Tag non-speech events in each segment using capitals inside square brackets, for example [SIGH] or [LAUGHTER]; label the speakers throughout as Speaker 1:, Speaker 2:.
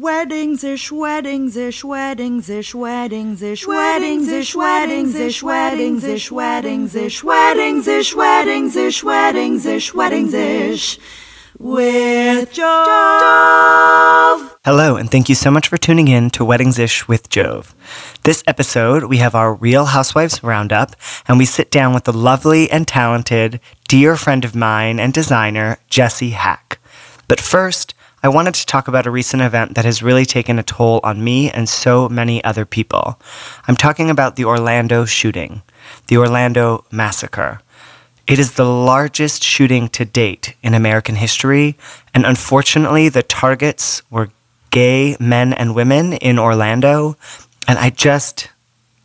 Speaker 1: Weddings ish, weddings ish, weddings ish, weddings ish, weddings ish, weddings ish, weddings ish, weddings ish, weddings ish, weddings ish, weddings ish, weddings ish, with Jove.
Speaker 2: Hello, and thank you so much for tuning in to Weddings Ish with Jove. This episode, we have our Real Housewives Roundup, and we sit down with the lovely and talented dear friend of mine and designer, Jessie Hack. But first, I wanted to talk about a recent event that has really taken a toll on me and so many other people. I'm talking about the Orlando shooting, the Orlando massacre. It is the largest shooting to date in American history, and unfortunately, the targets were gay men and women in Orlando. And I just,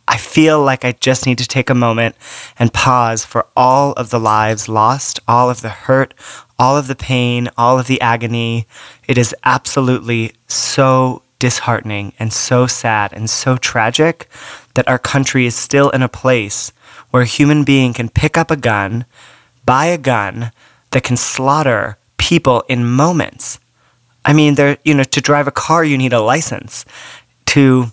Speaker 2: I feel like I just need to take a moment and pause for all of the lives lost, all of the hurt, all of the pain, all of the agony. It is absolutely so disheartening and so sad and so tragic that our country is still in a place where a human being can pick up a gun, buy a gun that can slaughter people in moments. I mean, there, you know, to drive a car, you need a license. To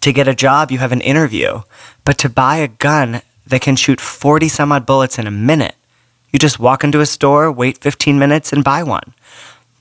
Speaker 2: to get a job, you have an interview. But to buy a gun that can shoot 40 some odd bullets in a minute, you just walk into a store, wait 15 minutes, and buy one.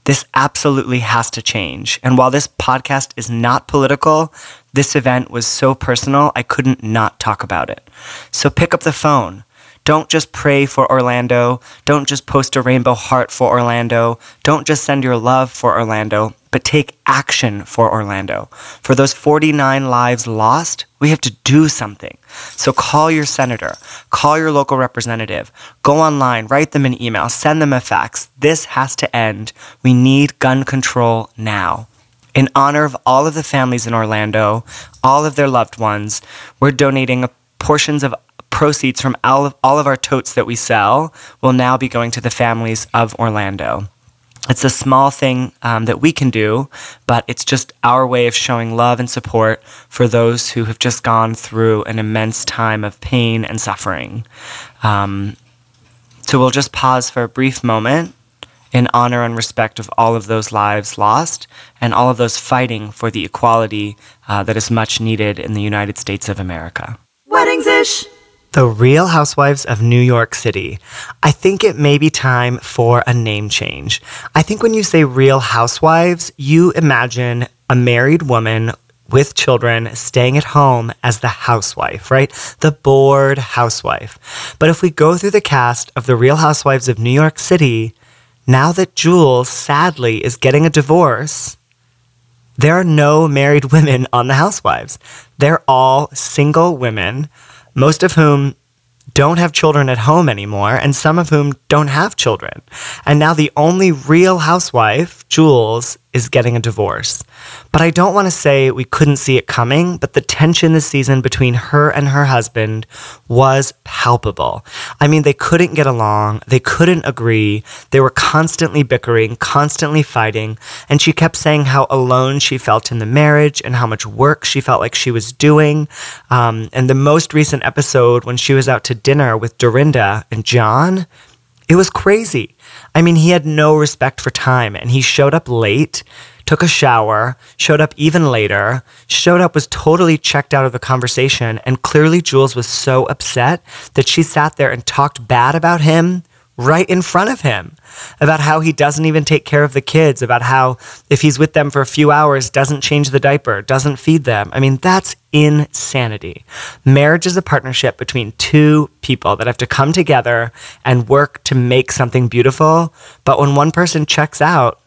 Speaker 2: This absolutely has to change. And while this podcast is not political, this event was so personal, I couldn't not talk about it. So pick up the phone. Don't just pray for Orlando. Don't just post a rainbow heart for Orlando. Don't just send your love for Orlando, but take action for Orlando. For those 49 lives lost, we have to do something. So call your senator, call your local representative, go online, write them an email, send them a fax. This has to end. We need gun control now. In honor of all of the families in Orlando, all of their loved ones, we're donating portions of proceeds from all of, all of our totes that we sell will now be going to the families of Orlando. It's a small thing um, that we can do, but it's just our way of showing love and support for those who have just gone through an immense time of pain and suffering. Um, so we'll just pause for a brief moment in honor and respect of all of those lives lost and all of those fighting for the equality uh, that is much needed in the United States of America.
Speaker 1: Weddings ish.
Speaker 2: The Real Housewives of New York City. I think it may be time for a name change. I think when you say Real Housewives, you imagine a married woman with children staying at home as the housewife, right? The bored housewife. But if we go through the cast of The Real Housewives of New York City, now that Jules sadly is getting a divorce, there are no married women on The Housewives. They're all single women, most of whom don't have children at home anymore, and some of whom don't have children. And now the only real housewife, Jules, is getting a divorce. But I don't want to say we couldn't see it coming, but the tension this season between her and her husband was palpable. I mean, they couldn't get along, they couldn't agree, they were constantly bickering, constantly fighting, and she kept saying how alone she felt in the marriage and how much work she felt like she was doing. Um, and the most recent episode, when she was out to dinner with Dorinda and John, it was crazy. I mean, he had no respect for time and he showed up late, took a shower, showed up even later, showed up, was totally checked out of the conversation. And clearly, Jules was so upset that she sat there and talked bad about him right in front of him about how he doesn't even take care of the kids, about how if he's with them for a few hours, doesn't change the diaper, doesn't feed them. I mean, that's insanity. Marriage is a partnership between two people that have to come together and work to make something beautiful. But when one person checks out,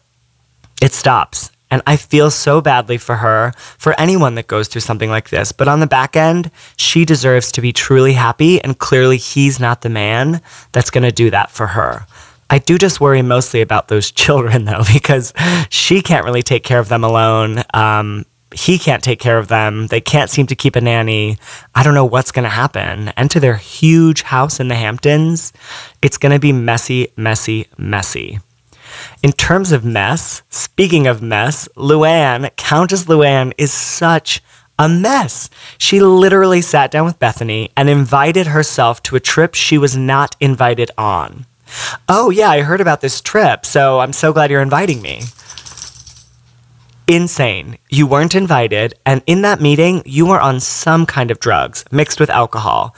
Speaker 2: it stops. And I feel so badly for her, for anyone that goes through something like this. But on the back end, she deserves to be truly happy. And clearly, he's not the man that's going to do that for her. I do just worry mostly about those [LAUGHS] children, though, because she can't really take care of them alone. Um, he can't take care of them. They can't seem to keep a nanny. I don't know what's going to happen. And to their huge house in the Hamptons, it's going to be messy, messy, messy. In terms of mess, speaking of mess, Luann, Countess Luann, is such a mess. She literally sat down with Bethany and invited herself to a trip she was not invited on. Oh, yeah, I heard about this trip, so I'm so glad you're inviting me. insane. You weren't invited, and in that meeting, you were on some kind of drugs mixed with alcohol.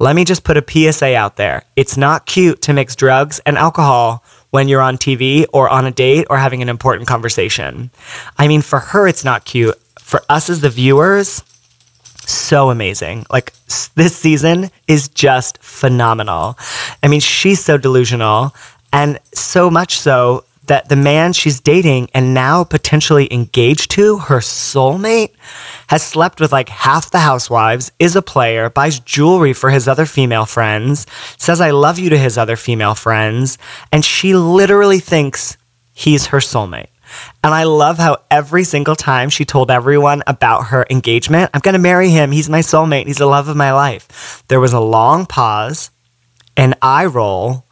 Speaker 2: Let me just put a PSA out there it's not cute to mix drugs and alcohol when you're on TV or on a date or having an important conversation. I mean, for her, it's not cute. For us as the viewers, so amazing. Like s- this season is just phenomenal. I mean, she's so delusional and so much so that the man she's dating and now potentially engaged to, her soulmate, has slept with like half the housewives, is a player, buys jewelry for his other female friends, says I love you to his other female friends, and she literally thinks he's her soulmate. And I love how every single time she told everyone about her engagement, I'm going to marry him. He's my soulmate. He's the love of my life. There was a long pause, an eye roll,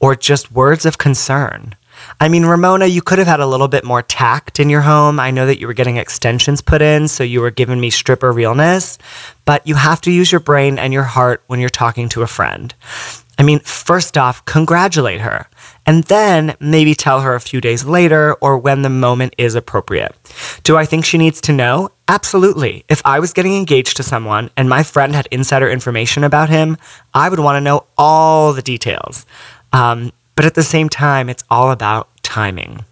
Speaker 2: or just words of concern. I mean, Ramona, you could have had a little bit more tact in your home. I know that you were getting extensions put in, so you were giving me stripper realness, but you have to use your brain and your heart when you're talking to a friend. I mean, first off, congratulate her and then maybe tell her a few days later or when the moment is appropriate. Do I think she needs to know? Absolutely. If I was getting engaged to someone and my friend had insider information about him, I would want to know all the details. Um, but at the same time, it's all about timing.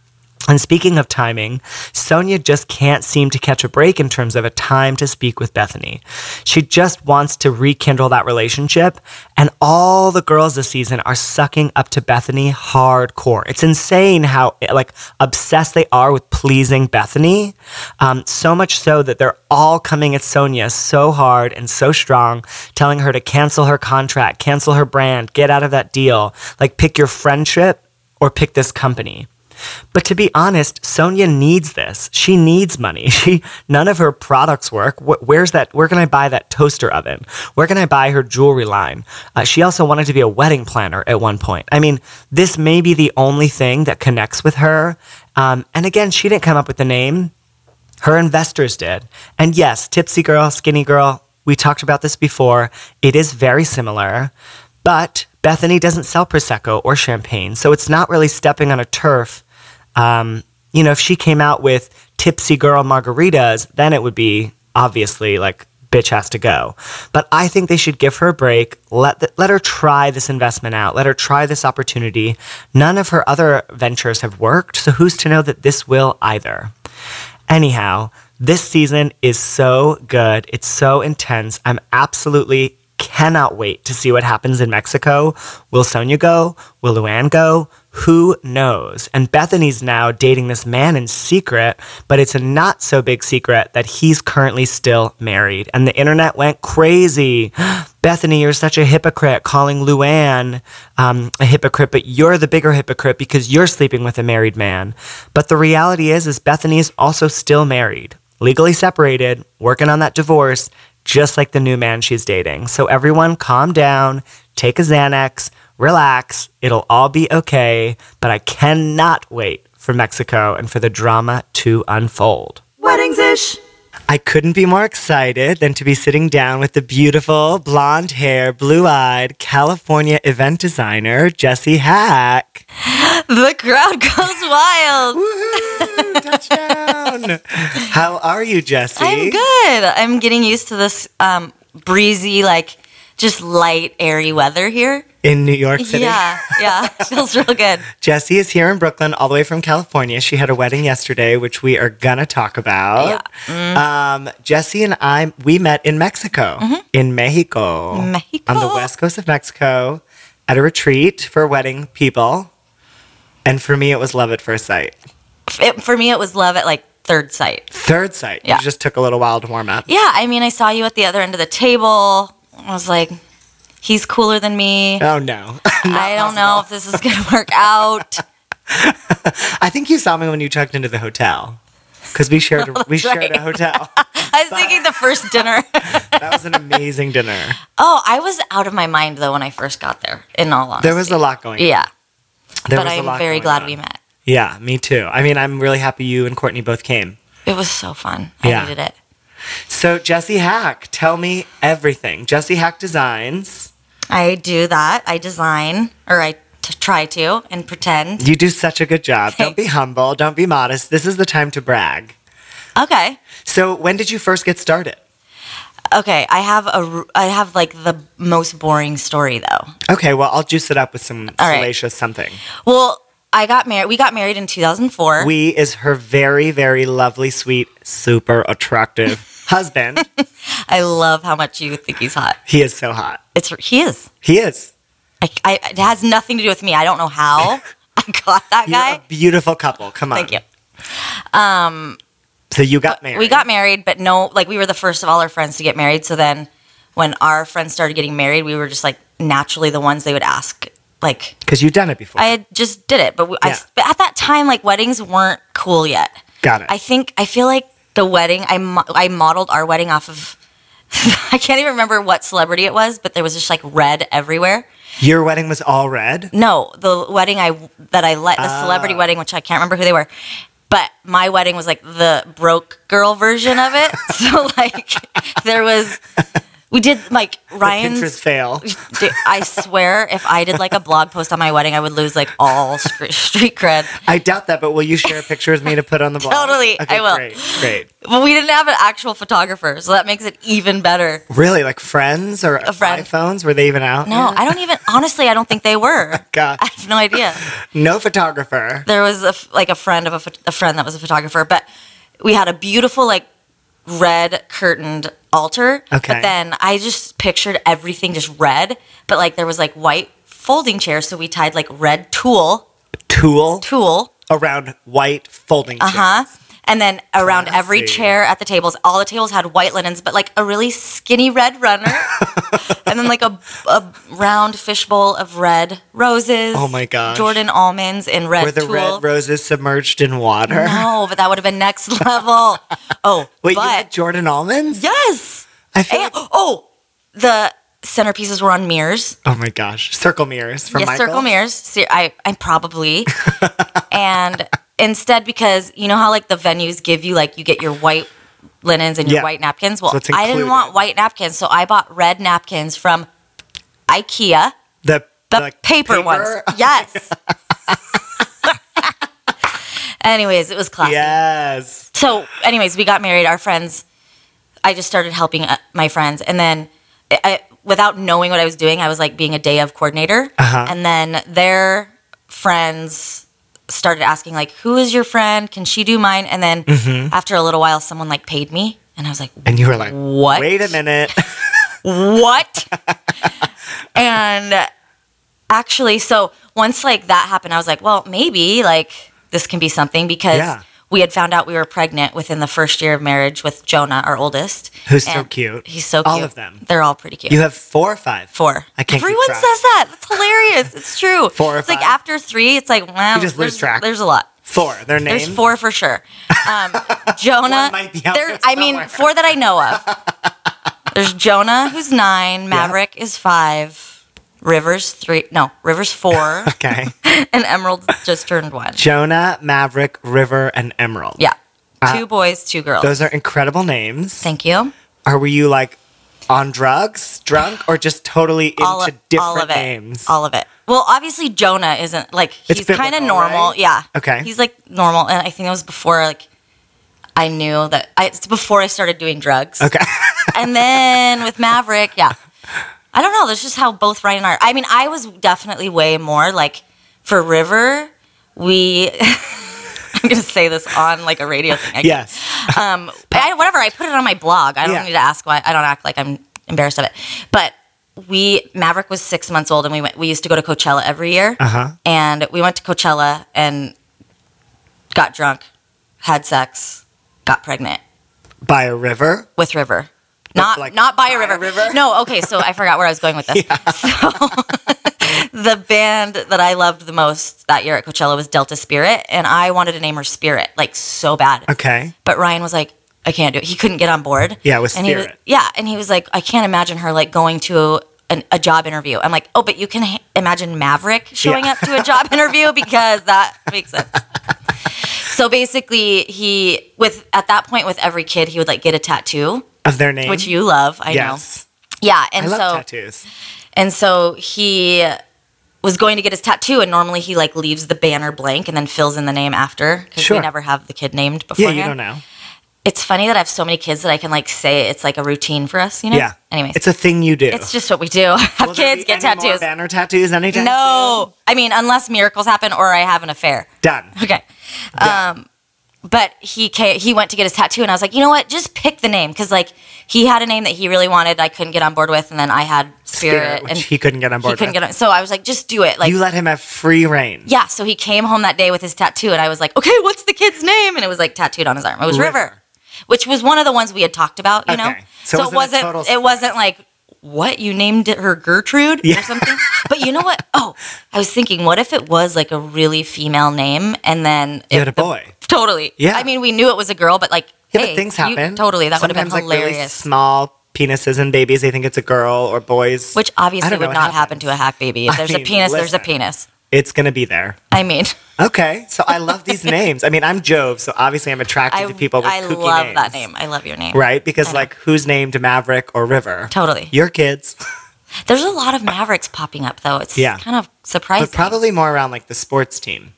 Speaker 2: And speaking of timing, Sonia just can't seem to catch a break in terms of a time to speak with Bethany. She just wants to rekindle that relationship, and all the girls this season are sucking up to Bethany hardcore. It's insane how like obsessed they are with pleasing Bethany. Um, so much so that they're all coming at Sonia so hard and so strong, telling her to cancel her contract, cancel her brand, get out of that deal, like pick your friendship or pick this company. But to be honest, Sonia needs this. She needs money. [LAUGHS] She none of her products work. Wh- Where's that? Where can I buy that toaster oven? Where can I buy her jewelry line? Uh, she also wanted to be a wedding planner at one point. I mean, this may be the only thing that connects with her. Um, and again, she didn't come up with the name. Her investors did. And yes, tipsy girl, skinny girl. We talked about this before. It is very similar, but. Bethany doesn't sell Prosecco or champagne, so it's not really stepping on a turf um, you know, if she came out with tipsy girl margaritas, then it would be obviously like bitch has to go. But I think they should give her a break. Let the, let her try this investment out. Let her try this opportunity. None of her other ventures have worked, so who's to know that this will either? Anyhow, this season is so good. It's so intense. I'm absolutely cannot wait to see what happens in Mexico. Will Sonia go? Will Luann go? Who knows? And Bethany's now dating this man in secret, but it's a not so big secret that he's currently still married. And the internet went crazy. [GASPS] Bethany, you're such a hypocrite calling Luann um, a hypocrite, but you're the bigger hypocrite because you're sleeping with a married man. But the reality is, is Bethany is also still married, legally separated, working on that divorce, just like the new man she's dating. So everyone calm down, take a Xanax, relax, it'll all be okay, but I cannot wait for Mexico and for the drama to unfold.
Speaker 1: Weddings ish.
Speaker 2: I couldn't be more excited than to be sitting down with the beautiful, blonde hair, blue eyed California event designer, Jessie Hack.
Speaker 3: The crowd [LAUGHS] goes wild.
Speaker 2: Woohoo! Touchdown! [LAUGHS] How are you, Jessie?
Speaker 3: I'm good. I'm getting used to this um, breezy, like just light, airy weather here.
Speaker 2: In New York City?
Speaker 3: Yeah,
Speaker 2: [LAUGHS]
Speaker 3: yeah, [LAUGHS] feels real good.
Speaker 2: Jessie is here in Brooklyn, all the way from California. She had a wedding yesterday, which we are gonna talk about.
Speaker 3: Mm-hmm.
Speaker 2: Um, Jessie and I we met in Mexico, in Mexico,
Speaker 3: Mexico.
Speaker 2: on the west coast of Mexico, at a retreat for wedding people. And for me, it was love at first sight.
Speaker 3: It, for me, it was love at like third sight.
Speaker 2: Third sight,
Speaker 3: Yeah.
Speaker 2: it just took a little while to warm up.
Speaker 3: Yeah, I mean, I saw you at the other end of the table. I was like, he's cooler
Speaker 2: [LAUGHS]
Speaker 3: than me.
Speaker 2: Oh no!
Speaker 3: I don't know if this is gonna [LAUGHS] work out.
Speaker 2: I think you saw me when you checked into the hotel because we
Speaker 3: [LAUGHS]
Speaker 2: shared we shared a hotel.
Speaker 3: I was thinking the first dinner. [LAUGHS]
Speaker 2: that was an amazing dinner.
Speaker 3: oh, I was out of my mind though when I first got there. In all honesty,
Speaker 2: There was a lot going. on.
Speaker 3: yeah.
Speaker 2: There
Speaker 3: but
Speaker 2: was a
Speaker 3: I'm
Speaker 2: lot
Speaker 3: very
Speaker 2: going
Speaker 3: glad
Speaker 2: on.
Speaker 3: we met.
Speaker 2: Yeah, me too. I mean, I'm really happy you and Courtney both came.
Speaker 3: It was so fun.
Speaker 2: Yeah.
Speaker 3: I needed it.
Speaker 2: So, Jesse Hack, tell me everything. Jesse Hack Designs.
Speaker 3: I do that. I design, or I t- try to, and pretend.
Speaker 2: You do such a good job. Don't be
Speaker 3: Thanks.
Speaker 2: humble. Don't be modest. This is the time to brag.
Speaker 3: Okay.
Speaker 2: So when did you first get started?
Speaker 3: Okay, I have a r- I have like the most boring story though.
Speaker 2: Okay, well, I'll juice it up with some
Speaker 3: All right.
Speaker 2: salacious something.
Speaker 3: Well, I got married. We got married in 2004.
Speaker 2: We is her very, very lovely, sweet, super
Speaker 3: [LAUGHS]
Speaker 2: attractive husband.
Speaker 3: I love how much you think he's hot.
Speaker 2: He is so hot.
Speaker 3: It's he is.
Speaker 2: He is.
Speaker 3: I, I, it has nothing to do with me. I don't know how I got that
Speaker 2: You're
Speaker 3: guy.
Speaker 2: a beautiful couple. Come on.
Speaker 3: Thank you.
Speaker 2: So you got married.
Speaker 3: We got married, but no, like we were the first of all our friends to get married. So then, when our friends started getting married, we were just like naturally the ones they would ask. Like
Speaker 2: because you've done it before.
Speaker 3: I had just did it, but we, I,
Speaker 2: Yeah.
Speaker 3: but at that time, like weddings weren't cool yet.
Speaker 2: got it.
Speaker 3: I think I feel like the wedding I mo- I modeled our wedding off of. [LAUGHS] I can't even remember what celebrity it was, but there was just like red everywhere.
Speaker 2: Your wedding was all red.
Speaker 3: No, the wedding I that I let the
Speaker 2: Ah.
Speaker 3: celebrity wedding, which I can't remember who they were, but my wedding was like the broke girl version of it. [LAUGHS] so like there was, we did like
Speaker 2: Pinterest
Speaker 3: Ryan's.
Speaker 2: fail.
Speaker 3: Dude, I swear, if I did like a blog post on my wedding, I would lose like all street, street cred.
Speaker 2: [LAUGHS] I doubt that, but will you share a picture with me to put on the blog?
Speaker 3: [LAUGHS] Totally,
Speaker 2: Okay,
Speaker 3: I will.
Speaker 2: Great, great.
Speaker 3: [LAUGHS] But we didn't have an actual photographer, so that makes it even better.
Speaker 2: Really, like friends or
Speaker 3: friend.
Speaker 2: iPhones? Were they even out?
Speaker 3: No, I don't even. Honestly, I don't think they were.
Speaker 2: [LAUGHS] God,
Speaker 3: I have no idea.
Speaker 2: no photographer.
Speaker 3: there was a f- like a friend of a, ph- a friend that was a photographer, but we had a beautiful like red curtained altar.
Speaker 2: Okay.
Speaker 3: But then I just pictured everything just red, but like there was like white folding chairs, so we tied like red tulle
Speaker 2: Tool
Speaker 3: tulle,
Speaker 2: around white folding.
Speaker 3: uh huh. And then around every
Speaker 2: Classy.
Speaker 3: chair at the tables, all the tables had white linens, but like a really skinny
Speaker 2: [LAUGHS]
Speaker 3: red runner, and then like a, a round fishbowl of red roses.
Speaker 2: Oh my gosh.
Speaker 3: Jordan almonds in red
Speaker 2: Were the
Speaker 3: tulle.
Speaker 2: red roses submerged in water?
Speaker 3: No, but that would have been next [LAUGHS] level. Oh,
Speaker 2: [LAUGHS] Wait, you had
Speaker 3: but
Speaker 2: Jordan almonds?
Speaker 3: yes.
Speaker 2: I feel.
Speaker 3: And-
Speaker 2: like-
Speaker 3: oh, the centerpieces were on mirrors.
Speaker 2: oh my gosh, circle mirrors from
Speaker 3: yes,
Speaker 2: Michael.
Speaker 3: circle mirrors. See, I, I
Speaker 2: [LAUGHS]
Speaker 3: probably. and instead, because you know how like the venues give you like you get your white linens and your
Speaker 2: Yeah.
Speaker 3: white napkins. Well,
Speaker 2: So it's
Speaker 3: I didn't want
Speaker 2: included.
Speaker 3: white napkins, so I bought red napkins from IKEA.
Speaker 2: The,
Speaker 3: The paper, ones. Yes. [LAUGHS] Anyways, it was
Speaker 2: [LAUGHS]
Speaker 3: classy.
Speaker 2: Yes.
Speaker 3: so anyways we got married our friends i just started helping uh, my friends and then I- I, without knowing what i was doing i was like being a day of coordinator
Speaker 2: Uh-huh.
Speaker 3: and then their friends started asking like who is your friend can she do mine and then
Speaker 2: Mm-hmm.
Speaker 3: after a little while someone like paid me and i was like
Speaker 2: And you were like,
Speaker 3: What?
Speaker 2: Wait a minute.
Speaker 3: what? [LAUGHS] and actually, so once like that happened, I was like, well, maybe like this can be something because
Speaker 2: Yeah.
Speaker 3: we had found out we were pregnant within the first year of marriage with Jonah, our oldest.
Speaker 2: Who's so
Speaker 3: And
Speaker 2: cute.
Speaker 3: He's so cute.
Speaker 2: All of them.
Speaker 3: They're all pretty cute.
Speaker 2: You have four or five.
Speaker 3: Four.
Speaker 2: I can't keep
Speaker 3: Everyone
Speaker 2: track.
Speaker 3: says that. That's hilarious. It's true.
Speaker 2: Four or
Speaker 3: it's like
Speaker 2: five?
Speaker 3: after three, it's like wow.
Speaker 2: You just lose
Speaker 3: there's,
Speaker 2: track.
Speaker 3: There's a lot.
Speaker 2: Four. Their name.
Speaker 3: There's four for sure.
Speaker 2: [LAUGHS]
Speaker 3: Um, Jonah.
Speaker 2: One might be out there
Speaker 3: I mean,
Speaker 2: somewhere.
Speaker 3: four that I know of.
Speaker 2: [LAUGHS]
Speaker 3: There's Jonah, who's nine. Maverick is five. Rivers three. No, Rivers four.
Speaker 2: [LAUGHS] Okay.
Speaker 3: [LAUGHS] and Emerald just turned one.
Speaker 2: Jonah, Maverick, River, and Emerald.
Speaker 3: Yeah, two boys, two girls.
Speaker 2: Uh, Those are incredible names.
Speaker 3: Thank you.
Speaker 2: Are were you like on drugs, drunk, or just totally into
Speaker 3: All of,
Speaker 2: different
Speaker 3: all of it.
Speaker 2: names?
Speaker 3: All of it. Well, obviously Jonah isn't like
Speaker 2: It's
Speaker 3: he's kind of
Speaker 2: biblical,
Speaker 3: normal.
Speaker 2: right?
Speaker 3: Yeah.
Speaker 2: Okay.
Speaker 3: He's like normal, and I think it was before like I knew that. I, it's before I started doing drugs.
Speaker 2: okay. [LAUGHS]
Speaker 3: and then with Maverick, yeah. I don't know. That's just how both Ryan and I. I mean, I was definitely way more like for River. We. [LAUGHS] I'm gonna say this on like a radio thing. I guess.
Speaker 2: yes.
Speaker 3: Um. I, whatever. I put it on my blog. I don't
Speaker 2: Yeah.
Speaker 3: need to ask why. I don't act like I'm embarrassed of it. But we Maverick was six months old, and we went. We used to go to Coachella every year,
Speaker 2: Uh-huh.
Speaker 3: and we went to Coachella and got drunk, had sex, got pregnant
Speaker 2: By a river.
Speaker 3: with river. Not
Speaker 2: like,
Speaker 3: not by, a,
Speaker 2: by a
Speaker 3: river.
Speaker 2: river?
Speaker 3: No, okay, so I forgot where I was going with
Speaker 2: [LAUGHS]
Speaker 3: this. So [LAUGHS] the band that I loved the most that year at Coachella was Delta Spirit, and I wanted to name her Spirit, like so bad.
Speaker 2: Okay.
Speaker 3: But Ryan was like, I can't do it. He couldn't get on board.
Speaker 2: Yeah, with
Speaker 3: and he was-
Speaker 2: Spirit.
Speaker 3: yeah, and he was like, I can't imagine her like going to an, a job interview. I'm like, oh, but you can ha- imagine Maverick showing
Speaker 2: Yeah.
Speaker 3: up to
Speaker 2: [LAUGHS]
Speaker 3: a job interview because that makes sense. so basically, he with at that point with every kid, he would like get a tattoo,
Speaker 2: Of their name.
Speaker 3: which you love. I
Speaker 2: Mm-hmm. Yes.
Speaker 3: know. Yeah, and
Speaker 2: I love
Speaker 3: so
Speaker 2: tattoos.
Speaker 3: and so he was going to get his tattoo, and normally he like leaves the banner blank and then fills in the name after because
Speaker 2: Sure.
Speaker 3: we never have the kid named
Speaker 2: Yeah,
Speaker 3: beforehand.
Speaker 2: you don't know.
Speaker 3: it's funny that I have so many kids that I can like say it's like a routine for us, you know?
Speaker 2: Yeah.
Speaker 3: Anyways,
Speaker 2: it's a thing you do.
Speaker 3: it's just what we do. [LAUGHS] Have
Speaker 2: Will there
Speaker 3: kids,
Speaker 2: be
Speaker 3: get
Speaker 2: any More
Speaker 3: tattoos.
Speaker 2: banner tattoos anytime
Speaker 3: No, I mean unless miracles happen or I have an affair. [LAUGHS]
Speaker 2: soon? Done.
Speaker 3: Okay. Um, but he ca he went to get his tattoo, and I was like, you know what? Just pick the name because like he had a name that he really wanted. I couldn't get on board with, and then I had spirit,
Speaker 2: Spirit,
Speaker 3: and
Speaker 2: which he couldn't get on board
Speaker 3: he couldn't
Speaker 2: with.
Speaker 3: get on. So I was like, just do it. Like
Speaker 2: you let him have free reign.
Speaker 3: yeah. So he came home that day with his tattoo, and I was like, okay, what's the kid's name? And it was like tattooed on his arm. It was River,
Speaker 2: River.
Speaker 3: which was one of the ones we had talked about. You know,
Speaker 2: Okay. So it wasn't
Speaker 3: it
Speaker 2: a
Speaker 3: wasn't.
Speaker 2: total
Speaker 3: it wasn't like what you named it her Gertrude
Speaker 2: Yeah.
Speaker 3: or
Speaker 2: [LAUGHS]
Speaker 3: something. But you know what? Oh, I was thinking, what if it was like a really female name, and then
Speaker 2: You
Speaker 3: it-
Speaker 2: had a
Speaker 3: the-
Speaker 2: boy.
Speaker 3: Totally.
Speaker 2: Yeah.
Speaker 3: I mean, we knew it was a girl, but like,
Speaker 2: Yeah,
Speaker 3: hey,
Speaker 2: but things
Speaker 3: you-
Speaker 2: happen.
Speaker 3: totally, that would have been
Speaker 2: Sometimes, like, really
Speaker 3: hilarious.
Speaker 2: small penises and babies, they think it's a girl or boys.
Speaker 3: Which
Speaker 2: I
Speaker 3: obviously
Speaker 2: don't know
Speaker 3: would
Speaker 2: what
Speaker 3: not happen
Speaker 2: happens.
Speaker 3: to a hack baby.
Speaker 2: I
Speaker 3: If there's
Speaker 2: mean,
Speaker 3: a penis, there's a
Speaker 2: listen.
Speaker 3: penis.
Speaker 2: It's gonna be there.
Speaker 3: I mean,
Speaker 2: Okay, so I love
Speaker 3: [LAUGHS]
Speaker 2: these names. I mean, I'm Jove, so obviously I'm attracted
Speaker 3: I,
Speaker 2: to people with
Speaker 3: I
Speaker 2: kooky
Speaker 3: love
Speaker 2: names,
Speaker 3: that name. I love your name.
Speaker 2: right? Because
Speaker 3: I know.
Speaker 2: like, who's named Maverick or River?
Speaker 3: Totally.
Speaker 2: your kids,
Speaker 3: There's a lot of Mavericks popping up, though. It's
Speaker 2: Yeah.
Speaker 3: kind of surprising.
Speaker 2: but probably more around like the sports team.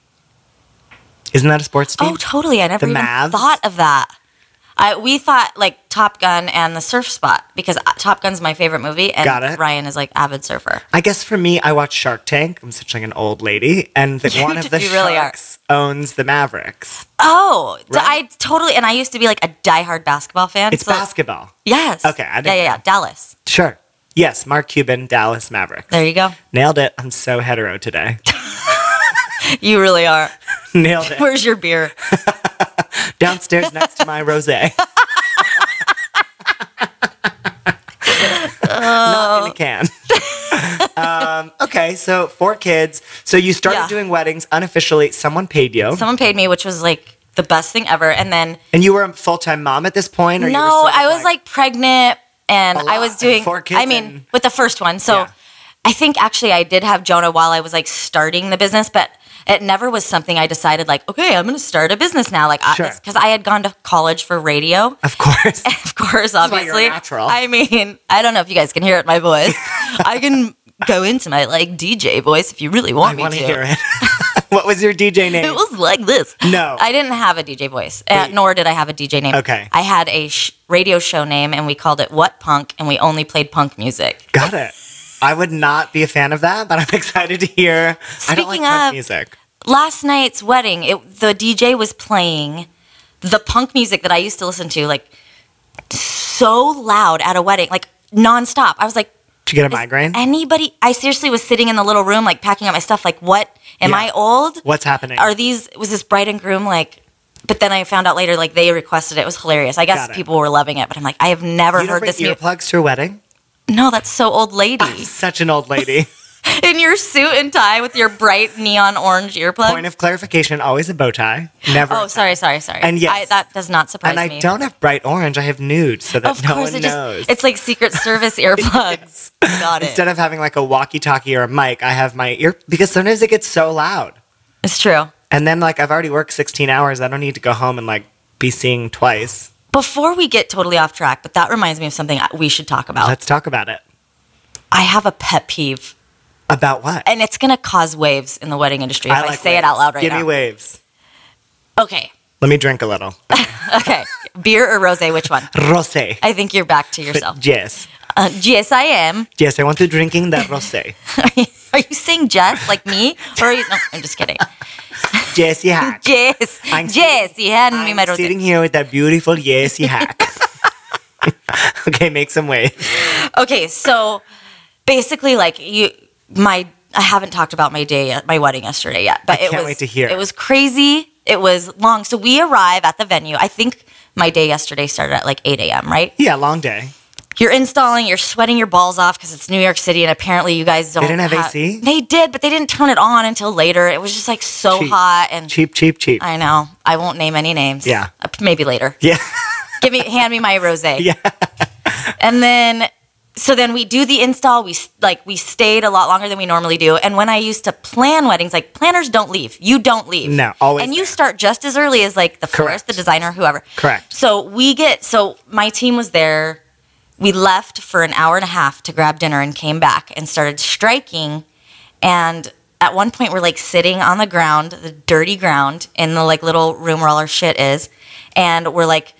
Speaker 2: Isn't that a sports team?
Speaker 3: Oh, totally. I never
Speaker 2: The
Speaker 3: even
Speaker 2: Mavs?
Speaker 3: thought of that. I, we thought like Top Gun and the surf spot because uh, Top Gun's my favorite movie, and
Speaker 2: Got it.
Speaker 3: Ryan is like avid surfer.
Speaker 2: I guess for me, I watch Shark Tank. I'm such like an old lady, and that
Speaker 3: [LAUGHS] You
Speaker 2: one of the
Speaker 3: d- you really are.
Speaker 2: sharks owns the Mavericks.
Speaker 3: Oh, so
Speaker 2: Right?
Speaker 3: I totally and I used to be like a diehard basketball fan.
Speaker 2: It's
Speaker 3: so-
Speaker 2: basketball.
Speaker 3: Yes.
Speaker 2: Okay, I
Speaker 3: yeah,
Speaker 2: didn't
Speaker 3: yeah, yeah.
Speaker 2: know.
Speaker 3: Dallas.
Speaker 2: Sure. Yes, Mark Cuban, Dallas Mavericks.
Speaker 3: There
Speaker 2: [LAUGHS]
Speaker 3: you go.
Speaker 2: Nailed it. I'm so hetero today. [LAUGHS]
Speaker 3: You really are.
Speaker 2: Nailed it.
Speaker 3: Where's your beer?
Speaker 2: Downstairs next to my [LAUGHS] rosé. Not in
Speaker 3: Oh.
Speaker 2: a can. [LAUGHS] um, okay, so four kids. So you started
Speaker 3: Yeah.
Speaker 2: doing weddings unofficially. Someone paid you,
Speaker 3: Someone paid me, which was like the best thing ever. And then
Speaker 2: and you were a full-time mom at this point. Or you were
Speaker 3: no,
Speaker 2: sort of
Speaker 3: I was like, pregnant, and
Speaker 2: A
Speaker 3: I was
Speaker 2: lot,
Speaker 3: doing.
Speaker 2: four kids
Speaker 3: I mean,
Speaker 2: and-
Speaker 3: with the first one, so
Speaker 2: Yeah.
Speaker 3: I think actually I did have Jonah while I was like starting the business, but. It never was something I decided like, okay, I'm going to start a business now, like,
Speaker 2: Sure.
Speaker 3: because I had gone to college for radio, [LAUGHS]
Speaker 2: of course.
Speaker 3: of course,
Speaker 2: why you're a
Speaker 3: obviously.
Speaker 2: natural.
Speaker 3: I mean, I don't know if you guys can hear it in
Speaker 2: [LAUGHS]
Speaker 3: my voice. I can go into my like DJ voice if you really
Speaker 2: I
Speaker 3: want me
Speaker 2: want to
Speaker 3: to.
Speaker 2: hear it.
Speaker 3: [LAUGHS]
Speaker 2: [LAUGHS] what was your DJ name?
Speaker 3: It was like this.
Speaker 2: No.
Speaker 3: I didn't have a DJ voice, uh,
Speaker 2: Wait.
Speaker 3: nor did I have a DJ name.
Speaker 2: Oh. Okay.
Speaker 3: I had a sh- radio show name, and we called it What Punk, and we only played punk music.
Speaker 2: Got it. I would not be a fan of that, but I'm [LAUGHS] excited to hear. I don't like
Speaker 3: Speaking
Speaker 2: punk
Speaker 3: of-
Speaker 2: music.
Speaker 3: Last night's wedding, it, the DJ was playing the punk music that I used to listen to, like so loud at a wedding, like nonstop. I was like,
Speaker 2: To get a migraine?
Speaker 3: anybody i seriously was sitting in the little room like packing up my stuff like what am
Speaker 2: Yeah.
Speaker 3: i old
Speaker 2: What's happening?
Speaker 3: are these was this bride and groom like but then i found out later like they requested it it was hilarious i guess
Speaker 2: Got it.
Speaker 3: people were loving it but i'm like i have never
Speaker 2: you don't
Speaker 3: heard
Speaker 2: bring
Speaker 3: this new
Speaker 2: earplugs to your wedding?
Speaker 3: no that's so old lady
Speaker 2: Such an old lady.
Speaker 3: [LAUGHS] in your suit and tie with your bright neon orange earplugs
Speaker 2: Point of clarification: always a bow tie, never.
Speaker 3: oh sorry sorry sorry
Speaker 2: And yes.
Speaker 3: I, that does not surprise
Speaker 2: And I
Speaker 3: me
Speaker 2: don't have bright orange; I have nude, so that
Speaker 3: of
Speaker 2: no
Speaker 3: course
Speaker 2: one
Speaker 3: it
Speaker 2: knows.
Speaker 3: just it's like secret
Speaker 2: [LAUGHS]
Speaker 3: service earplugs got it
Speaker 2: Instead of having like a walkie-talkie or a mic, I have my ear because sometimes it gets so loud.
Speaker 3: it's true
Speaker 2: And then like I've already worked 16 hours; I don't need to go home and like be seeing twice.
Speaker 3: before we get totally off track but that reminds me of something I- we should talk about
Speaker 2: Let's talk about it.
Speaker 3: I have a pet peeve,
Speaker 2: About what?
Speaker 3: and it's gonna cause waves in the wedding industry if I,
Speaker 2: like
Speaker 3: say
Speaker 2: waves.
Speaker 3: it out loud right
Speaker 2: Give
Speaker 3: now.
Speaker 2: me waves.
Speaker 3: Okay,
Speaker 2: Let me drink a little. [LAUGHS]
Speaker 3: okay, beer or rosé, which one?
Speaker 2: Rosé.
Speaker 3: I think you're back to yourself.
Speaker 2: Yes.
Speaker 3: Uh, yes, I am.
Speaker 2: Yes, I want to drinking the rosé.
Speaker 3: [LAUGHS] Are you saying Jess like me, or are you? No, I'm just kidding.
Speaker 2: Jesse
Speaker 3: [LAUGHS]
Speaker 2: Hack.
Speaker 3: Jess,
Speaker 2: I'm
Speaker 3: Jess, he had me my
Speaker 2: I'm sitting
Speaker 3: rosé.
Speaker 2: here with that beautiful Yesi
Speaker 3: [LAUGHS]
Speaker 2: hack. okay, make some way.
Speaker 3: Okay, so basically, like you, my, I haven't talked about my day, yet, my wedding yesterday yet, but it
Speaker 2: can't
Speaker 3: was
Speaker 2: wait to hear.
Speaker 3: It was crazy. It was long. So we arrive at the venue. I think my day yesterday started at like 8 a.m. Right?
Speaker 2: Yeah, long day.
Speaker 3: you're installing, you're sweating your balls off because it's New York City, and apparently you guys don't.
Speaker 2: didn't have AC?
Speaker 3: They did, but they didn't turn it on until later. It was just like so
Speaker 2: Cheap.
Speaker 3: hot, and
Speaker 2: Cheap, cheap, cheap.
Speaker 3: I know I won't name any names.
Speaker 2: Yeah.
Speaker 3: Uh, maybe later.
Speaker 2: yeah. [LAUGHS]
Speaker 3: Give me, hand me my rosé.
Speaker 2: Yeah.
Speaker 3: and then. So then we do the install. We s- like we stayed a lot longer than we normally do. And when I used to plan weddings, like planners don't leave. You don't leave.
Speaker 2: No, always
Speaker 3: And you
Speaker 2: there.
Speaker 3: start just as early as like the florist, the designer, whoever.
Speaker 2: Correct.
Speaker 3: So we get so my team was there. We left for an hour and a half to grab dinner and came back and started striking. And at one point, we're like sitting on the ground, the dirty ground, in the like little room where all our shit is, and we're like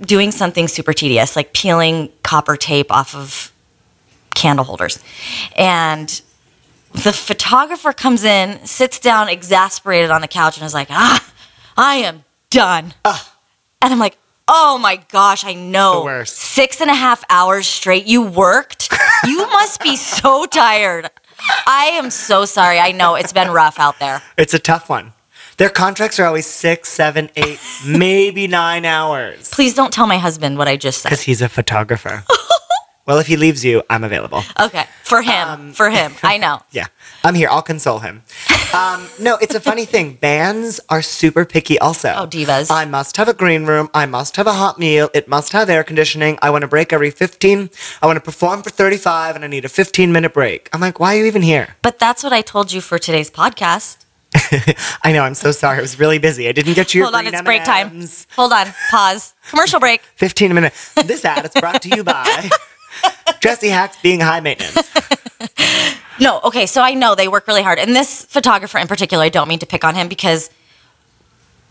Speaker 3: doing something super tedious, like peeling copper tape off of candle holders. And the photographer comes in, sits down exasperated on the couch, and is like, ah, I am done. And I'm like, oh my gosh, I know.
Speaker 2: Ah. The worst.
Speaker 3: Six and a half hours straight, you worked?
Speaker 2: [LAUGHS]
Speaker 3: you must be so tired. I am so sorry. I know it's been rough out there.
Speaker 2: It's a tough one. Their contracts are always six, seven, eight, maybe nine hours.
Speaker 3: Please don't tell my husband what I just said.
Speaker 2: Because he's a
Speaker 3: [LAUGHS]
Speaker 2: photographer. well, if he leaves you, I'm available.
Speaker 3: Okay, for him,
Speaker 2: um,
Speaker 3: for him.
Speaker 2: [LAUGHS]
Speaker 3: I know.
Speaker 2: Yeah, I'm here. I'll console him. Um, no, it's a funny thing. Bands are super picky, also.
Speaker 3: Oh, divas.
Speaker 2: I must have a green room. I must have a hot meal. It must have air conditioning. I want to break every 15. I want to perform for 35, and I need a 15 minute break. I'm like, why are you even here? [LAUGHS]
Speaker 3: But that's what I told you for today's podcast.
Speaker 2: I know. I'm so sorry. I was really busy. I didn't get you. Your
Speaker 3: Hold on,
Speaker 2: green
Speaker 3: it's break time.
Speaker 2: M&Ms.
Speaker 3: Hold on, pause. Commercial break.
Speaker 2: 15 minutes. This ad is brought to you
Speaker 3: [LAUGHS]
Speaker 2: by Jesse Hacks being high maintenance.
Speaker 3: No, okay, so I know they work really hard. And this photographer in particular, I don't mean to pick on him because,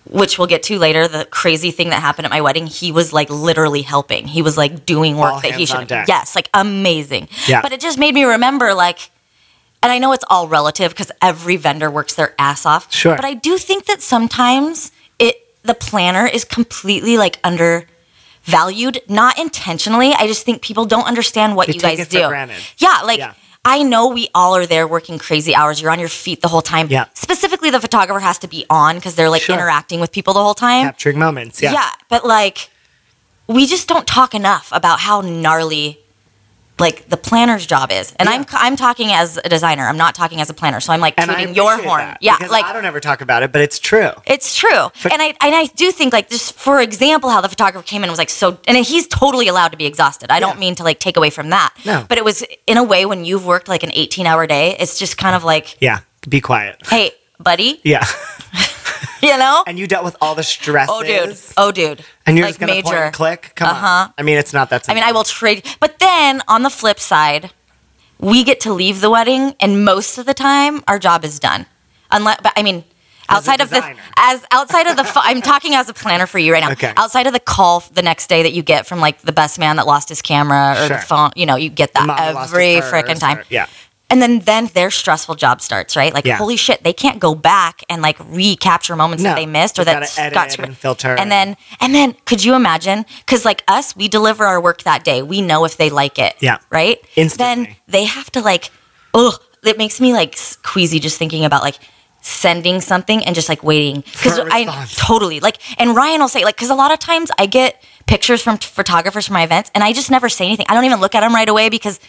Speaker 3: which we'll get to later, the crazy thing that happened at my wedding, he was like literally helping. He was like doing work
Speaker 2: All
Speaker 3: that he
Speaker 2: hands on
Speaker 3: should
Speaker 2: deck.
Speaker 3: have. Yes, like amazing.
Speaker 2: Yeah.
Speaker 3: But it just made me remember, like, and I know it's all relative because every vendor works their ass off.
Speaker 2: Sure.
Speaker 3: But I do think that sometimes it the planner is completely like undervalued, not intentionally. I just think people don't understand what
Speaker 2: They
Speaker 3: you
Speaker 2: take
Speaker 3: guys
Speaker 2: it for
Speaker 3: do.
Speaker 2: granted.
Speaker 3: Yeah, like
Speaker 2: Yeah.
Speaker 3: I know we all are there working crazy hours. You're on your feet the whole time.
Speaker 2: Yeah.
Speaker 3: Specifically, the photographer has to be on because they're like
Speaker 2: Sure.
Speaker 3: interacting with people the whole time.
Speaker 2: Capturing moments. Yeah.
Speaker 3: but like we just don't talk enough about how gnarly like the planner's job is. And I'm I'm talking as a designer. I'm not talking as a planner. So I'm like
Speaker 2: And I
Speaker 3: tooting your
Speaker 2: appreciate
Speaker 3: horn.
Speaker 2: that,
Speaker 3: yeah,
Speaker 2: because
Speaker 3: like
Speaker 2: I don't ever talk about it, but it's true.
Speaker 3: it's true. and I and I do think like just for example how the photographer came in and was like so and he's totally allowed to be exhausted. I don't
Speaker 2: Yeah.
Speaker 3: mean to like take away from that.
Speaker 2: No.
Speaker 3: But it was in a way when you've worked like an 18-hour day, it's just kind of like,
Speaker 2: Yeah. Be quiet.
Speaker 3: "Hey, buddy, [LAUGHS]
Speaker 2: Yeah.
Speaker 3: you know?
Speaker 2: and you dealt with all the stresses.
Speaker 3: Oh dude. Oh dude.
Speaker 2: And you're
Speaker 3: like Uh-huh.
Speaker 2: just gonna point and click. Come on. I mean, it's not that.
Speaker 3: I mean, I
Speaker 2: simple.
Speaker 3: will trade. But then on the flip side, we get to leave the wedding, and most of the time, our job is done. Unless, but I mean,
Speaker 2: As a
Speaker 3: outside of the
Speaker 2: designer.
Speaker 3: as outside of the, fu- I'm talking as a planner for you right now.
Speaker 2: Okay.
Speaker 3: Outside of the call the next day that you get from like the best man that lost his camera or
Speaker 2: Sure.
Speaker 3: the phone, you know, you get that
Speaker 2: Mom lost her
Speaker 3: every
Speaker 2: purse,
Speaker 3: freaking time.
Speaker 2: or- yeah.
Speaker 3: And then, then their stressful job starts, right? Like,
Speaker 2: Yeah.
Speaker 3: holy shit, they can't go back and like recapture moments
Speaker 2: No.
Speaker 3: that they missed or
Speaker 2: They've
Speaker 3: that
Speaker 2: gotta edit
Speaker 3: got screwed.
Speaker 2: and filter
Speaker 3: And then, and then, could you imagine? Because like us, we deliver our work that day. We know if they like it.
Speaker 2: Yeah.
Speaker 3: Right. Then
Speaker 2: Instantly.
Speaker 3: they have to like, ugh, it makes me like s- queasy just thinking about like sending something and just like waiting because
Speaker 2: For a
Speaker 3: I
Speaker 2: response.
Speaker 3: totally like. And Ryan will say like, because a lot of times I get pictures from t- photographers from my events and I just never say anything. I don't even look at them right away because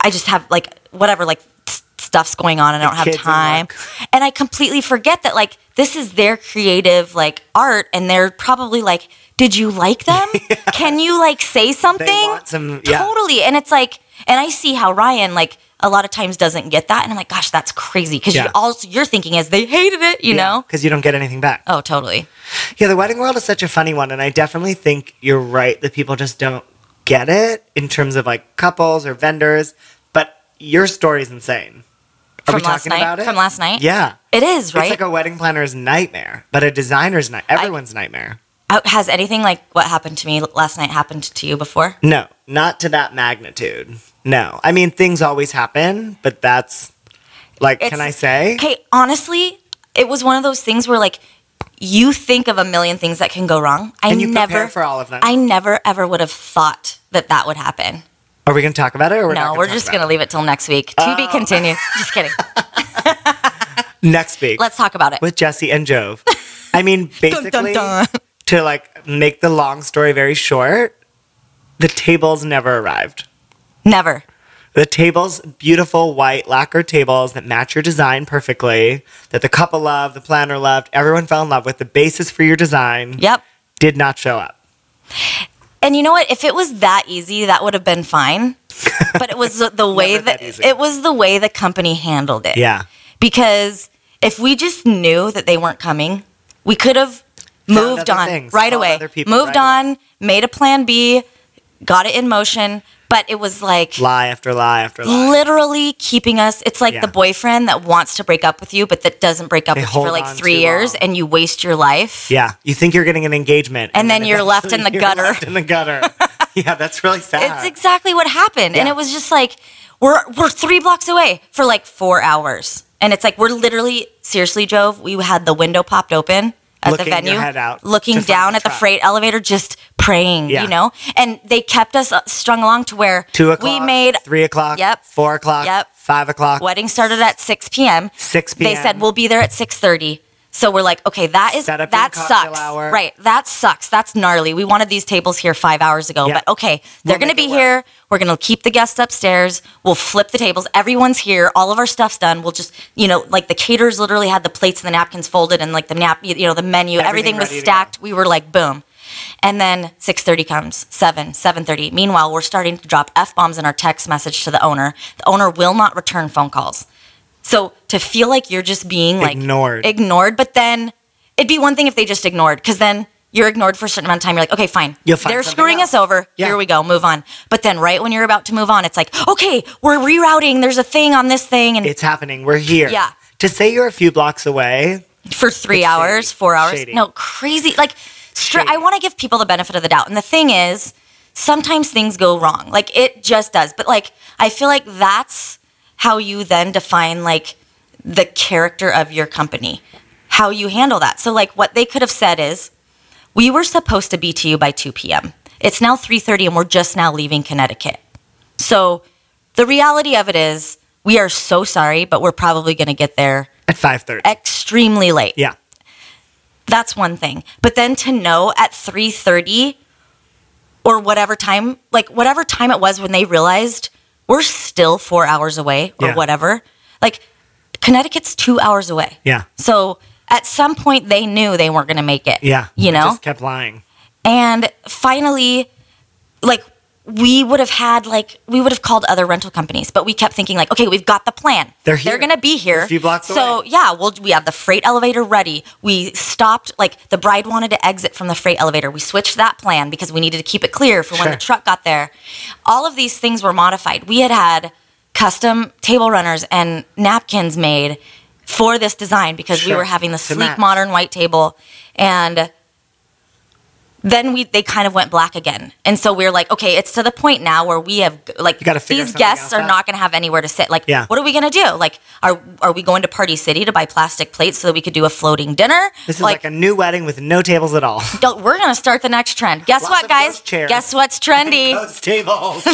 Speaker 3: I just have like whatever like s- stuff's going on and I don't have
Speaker 2: kids and
Speaker 3: time.
Speaker 2: [LAUGHS] work.
Speaker 3: And I completely forget that like this is their creative like art and they're probably like, did you
Speaker 2: [LAUGHS]
Speaker 3: like them? Can you like say something?
Speaker 2: want some- yeah.
Speaker 3: Totally. And it's like, and I see how Ryan like a lot of times doesn't get that, and I'm like, gosh, that's crazy because
Speaker 2: Yeah.
Speaker 3: you, all you're thinking is they hated it, you know?
Speaker 2: because you don't get anything back.
Speaker 3: Oh, totally.
Speaker 2: Yeah, the wedding world is such a funny one, and I definitely think you're right that people just don't get it in terms of like couples or vendors. But your story's insane. Are
Speaker 3: From
Speaker 2: we
Speaker 3: last
Speaker 2: talking
Speaker 3: night.
Speaker 2: about it
Speaker 3: From last night.
Speaker 2: Yeah,
Speaker 3: It is
Speaker 2: it's
Speaker 3: right.
Speaker 2: like a wedding planner's nightmare, but a designer's night. Everyone's nightmare.
Speaker 3: Uh, Has anything like what happened to me last night happened to you before?
Speaker 2: No, not to that magnitude. No, I mean things always happen, but that's like,
Speaker 3: It's-
Speaker 2: can I say?
Speaker 3: Okay, honestly, it was one of those things where like you think of a million things that can go wrong. I
Speaker 2: And you prepare
Speaker 3: never
Speaker 2: for all of them.
Speaker 3: I never ever would have thought that that would happen.
Speaker 2: Are we going to talk about it? Oh. Or we're not
Speaker 3: no,
Speaker 2: gonna
Speaker 3: we're
Speaker 2: talk
Speaker 3: just
Speaker 2: about
Speaker 3: gonna leave it till next week. To
Speaker 2: [LAUGHS]
Speaker 3: be continued. just kidding.
Speaker 2: it? next week.
Speaker 3: Let's talk about it.
Speaker 2: with Jesse and Jove. I mean,
Speaker 3: [LAUGHS] dun,
Speaker 2: basically,
Speaker 3: dun.
Speaker 2: to like make the long story very short, the tables never arrived.
Speaker 3: Never.
Speaker 2: The tables, beautiful white lacquer tables that match your design perfectly, that the couple loved, the planner loved, everyone fell in love with, the basis for your design
Speaker 3: Yep.
Speaker 2: did not show up.
Speaker 3: And you know what? If it was that easy, that would have
Speaker 2: [LAUGHS]
Speaker 3: been fine. But it was the way
Speaker 2: Never that
Speaker 3: that,
Speaker 2: easy.
Speaker 3: it was the way the company handled it.
Speaker 2: Yeah.
Speaker 3: Because if we just knew that they weren't coming, we could have moved
Speaker 2: other
Speaker 3: on
Speaker 2: things,
Speaker 3: right
Speaker 2: found
Speaker 3: away.
Speaker 2: other people
Speaker 3: moved
Speaker 2: right
Speaker 3: on, made a plan B, got it in motion, But it was like
Speaker 2: lie after lie after lie.
Speaker 3: literally keeping us. It's like
Speaker 2: Yeah.
Speaker 3: the boyfriend that wants to break up with you, but that doesn't break up
Speaker 2: They
Speaker 3: with you for
Speaker 2: hold
Speaker 3: like
Speaker 2: on
Speaker 3: three
Speaker 2: too
Speaker 3: years,
Speaker 2: long.
Speaker 3: and you waste your life.
Speaker 2: Yeah, you think you're getting an engagement,
Speaker 3: And then you're left in
Speaker 2: eventually
Speaker 3: the
Speaker 2: [LAUGHS] you're
Speaker 3: gutter.
Speaker 2: left in the
Speaker 3: [LAUGHS]
Speaker 2: gutter. yeah, that's really sad.
Speaker 3: It's exactly what happened, and
Speaker 2: Yeah.
Speaker 3: it was just like we're we're three blocks away for like four hours, and it's like we're literally seriously, Jove. We had the window popped open at the
Speaker 2: Looking your
Speaker 3: venue,
Speaker 2: head out
Speaker 3: looking
Speaker 2: to find
Speaker 3: down
Speaker 2: the
Speaker 3: at the
Speaker 2: truck.
Speaker 3: freight elevator, just praying,
Speaker 2: Yeah.
Speaker 3: you know. And they kept us uh, strung along to where
Speaker 2: Two o'clock.
Speaker 3: we made
Speaker 2: three o'clock.
Speaker 3: Yep.
Speaker 2: Four o'clock.
Speaker 3: Yep.
Speaker 2: Five o'clock.
Speaker 3: wedding started at six p.m.
Speaker 2: Six p.m.
Speaker 3: They said we'll be there at six thirty. So we're like, okay, that is
Speaker 2: Set up
Speaker 3: that
Speaker 2: your cocktail
Speaker 3: sucks,
Speaker 2: hour.
Speaker 3: right? That sucks. That's gnarly. We wanted these tables here five hours ago,
Speaker 2: Yeah.
Speaker 3: but okay, they're
Speaker 2: We'll
Speaker 3: gonna
Speaker 2: make
Speaker 3: be
Speaker 2: it work.
Speaker 3: here. We're gonna keep the guests upstairs. We'll flip the tables. Everyone's here. All of our stuff's done. We'll just, you know, like the caterers literally had the plates and the napkins folded, and like the nap, you know, the menu, everything,
Speaker 2: Everything
Speaker 3: was
Speaker 2: ready to go.
Speaker 3: stacked. We were like, boom. And then 6:30 comes, 7, 7:30. Meanwhile, we're starting to drop f-bombs in our text message to the owner. The owner will not return phone calls. So to feel like you're just being like
Speaker 2: Ignored.
Speaker 3: ignored, but then it'd be one thing if they just ignored, because then you're ignored for a certain amount of time. You're like, okay, fine.
Speaker 2: You'll find
Speaker 3: They're
Speaker 2: something
Speaker 3: screwing
Speaker 2: else.
Speaker 3: us over.
Speaker 2: Yeah.
Speaker 3: Here we go, move on. But then right when you're about to move on, it's like, okay, we're rerouting. There's a thing on this thing, and
Speaker 2: It's happening. We're here.
Speaker 3: Yeah.
Speaker 2: To say you're a few blocks away,
Speaker 3: for three
Speaker 2: It's
Speaker 3: hours,
Speaker 2: shady.
Speaker 3: four hours.
Speaker 2: Shady.
Speaker 3: No, crazy. Like, stra- I
Speaker 2: Shady.
Speaker 3: want to give people the benefit of the doubt. And the thing is, sometimes things go wrong. Like, it just does. But, like, I feel like that's how you then define, like, the character of your company, how you handle that. So, like, what they could have said is, we were supposed to be to you by 2 p.m. It's now 3:30 and we're just now leaving Connecticut. So the reality of it is we are so sorry but we're probably going to get there
Speaker 2: at five thirty.
Speaker 3: extremely late.
Speaker 2: Yeah.
Speaker 3: That's one thing. But then to know at 3:30 or whatever time, like whatever time it was when they realized we're still 4 hours away or
Speaker 2: Yeah.
Speaker 3: whatever. Like Connecticut's 2 hours away.
Speaker 2: Yeah.
Speaker 3: So at some point they knew they weren't going to make it.
Speaker 2: Yeah.
Speaker 3: You
Speaker 2: I
Speaker 3: know?
Speaker 2: Just kept lying.
Speaker 3: And finally, like we would have had like we would have called other rental companies, but we kept thinking like, okay, we've got the plan.
Speaker 2: They're here.
Speaker 3: They're gonna be here.
Speaker 2: They're a few blocks
Speaker 3: so
Speaker 2: away.
Speaker 3: yeah, we'll we have the freight elevator ready. We stopped like the bride wanted to exit from the freight elevator. We switched that plan because we needed to keep it clear for when
Speaker 2: Sure.
Speaker 3: the truck got there. All of these things were modified. We had had custom table runners and napkins made for this design because we
Speaker 2: Sure.
Speaker 3: were having the
Speaker 2: To
Speaker 3: sleek
Speaker 2: match.
Speaker 3: modern white table and then we they kind of went black again and so we are like okay it's to the point now where we have like
Speaker 2: gotta figure
Speaker 3: these
Speaker 2: something
Speaker 3: guests
Speaker 2: else
Speaker 3: are
Speaker 2: out.
Speaker 3: not going to have anywhere to sit like
Speaker 2: Yeah.
Speaker 3: what are we going to do like are are we going to party city to buy plastic plates so that we could do a floating dinner
Speaker 2: This is like, a new wedding with no tables at
Speaker 3: [LAUGHS]
Speaker 2: all.
Speaker 3: don't- we're going to start the next trend guess
Speaker 2: Lots
Speaker 3: what
Speaker 2: of
Speaker 3: guys
Speaker 2: ghost chairs.
Speaker 3: guess what's
Speaker 2: [LAUGHS]
Speaker 3: trendy
Speaker 2: Those
Speaker 3: [LAUGHS]
Speaker 2: tables.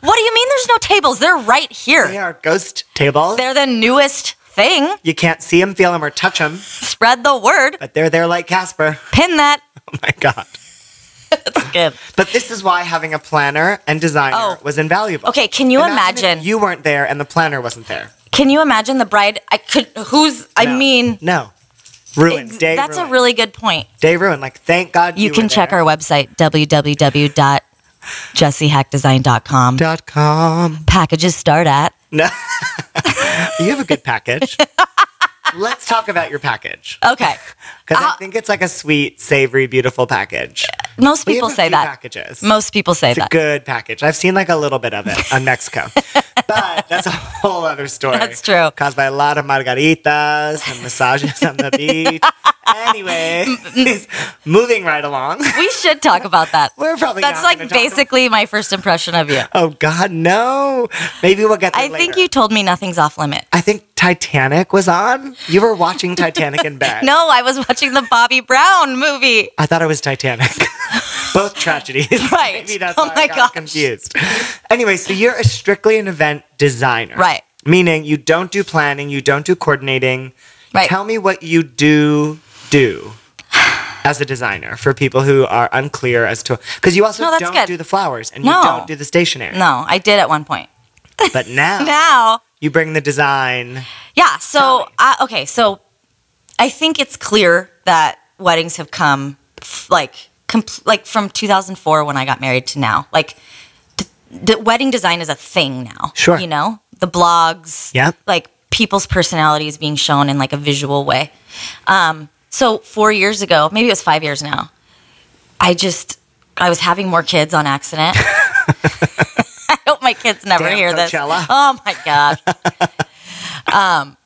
Speaker 3: what do you mean there's no tables they're right here
Speaker 2: they are ghost tables.
Speaker 3: they're the newest thing
Speaker 2: you can't see them, feel them, or touch them,
Speaker 3: spread the word
Speaker 2: but they're there like Casper. [LAUGHS]
Speaker 3: pin that
Speaker 2: Oh my god.
Speaker 3: that's good
Speaker 2: But this is why having a planner and designer
Speaker 3: Oh.
Speaker 2: was invaluable.
Speaker 3: okay can you
Speaker 2: Imagine if
Speaker 3: imagine
Speaker 2: you weren't there and the planner wasn't there.
Speaker 3: can you imagine the bride i could who's i
Speaker 2: No.
Speaker 3: mean
Speaker 2: no. Ruined.
Speaker 3: Ex-
Speaker 2: Day
Speaker 3: that's
Speaker 2: ruined.
Speaker 3: a really good point.
Speaker 2: day ruined. Like thank God
Speaker 3: You,
Speaker 2: you,
Speaker 3: can check our website, www.jessiehackdesign.com.
Speaker 2: dot com.
Speaker 3: Packages start at.
Speaker 2: No. [LAUGHS] you have a good package. Let's talk about your package.
Speaker 3: Okay.
Speaker 2: Because
Speaker 3: Uh,
Speaker 2: I think it's like a sweet, savory, beautiful package.
Speaker 3: Most
Speaker 2: We have
Speaker 3: people
Speaker 2: a
Speaker 3: say
Speaker 2: few
Speaker 3: that.
Speaker 2: Packages.
Speaker 3: Most people say
Speaker 2: it's a
Speaker 3: that.
Speaker 2: good package. I've seen like a little bit of it on
Speaker 3: [LAUGHS]
Speaker 2: Mexico. but that's a whole other story.
Speaker 3: That's true.
Speaker 2: Caused by a lot of margaritas and massages on the beach. anyway,
Speaker 3: Mm,
Speaker 2: moving right along. [LAUGHS]
Speaker 3: we should talk about that.
Speaker 2: We're probably
Speaker 3: That's
Speaker 2: not gonna
Speaker 3: like
Speaker 2: talk about-
Speaker 3: basically my first impression of you.
Speaker 2: Oh God, no. Maybe we'll get there
Speaker 3: I think
Speaker 2: later.
Speaker 3: you told me nothing's off limit.
Speaker 2: I think Titanic was on. You were watching Titanic
Speaker 3: [LAUGHS]
Speaker 2: in bed.
Speaker 3: No, I was watching the Bobby Brown movie.
Speaker 2: I thought it was Titanic. [LAUGHS] Both tragedies.
Speaker 3: [LAUGHS] Right.
Speaker 2: [LAUGHS] Maybe that's
Speaker 3: Oh
Speaker 2: why
Speaker 3: my
Speaker 2: I got
Speaker 3: gosh.
Speaker 2: confused. Anyway, so you're a strictly an event designer.
Speaker 3: Right.
Speaker 2: Meaning you don't do planning, you don't do coordinating.
Speaker 3: Right.
Speaker 2: Tell me what you do do as a designer for people who are unclear as to because you also
Speaker 3: No, that's
Speaker 2: don't
Speaker 3: good.
Speaker 2: do the flowers and
Speaker 3: No.
Speaker 2: you don't do the stationery.
Speaker 3: No, I did at one point.
Speaker 2: But now,
Speaker 3: [LAUGHS] Now,
Speaker 2: you bring the design.
Speaker 3: Yeah. So, I, okay. So, I think it's clear that weddings have come f- like compl- like from 2004 when I got married to now. Like, d- d- wedding design is a thing now.
Speaker 2: Sure.
Speaker 3: You know, the blogs.
Speaker 2: Yep.
Speaker 3: Like people's personalities being shown in like a visual way. Um, so four years ago, maybe it was five years now. I just I was having more kids on accident. [LAUGHS] I hope my kids never
Speaker 2: Damn
Speaker 3: hear
Speaker 2: Coachella.
Speaker 3: this. Oh my
Speaker 2: [LAUGHS]
Speaker 3: gosh. um,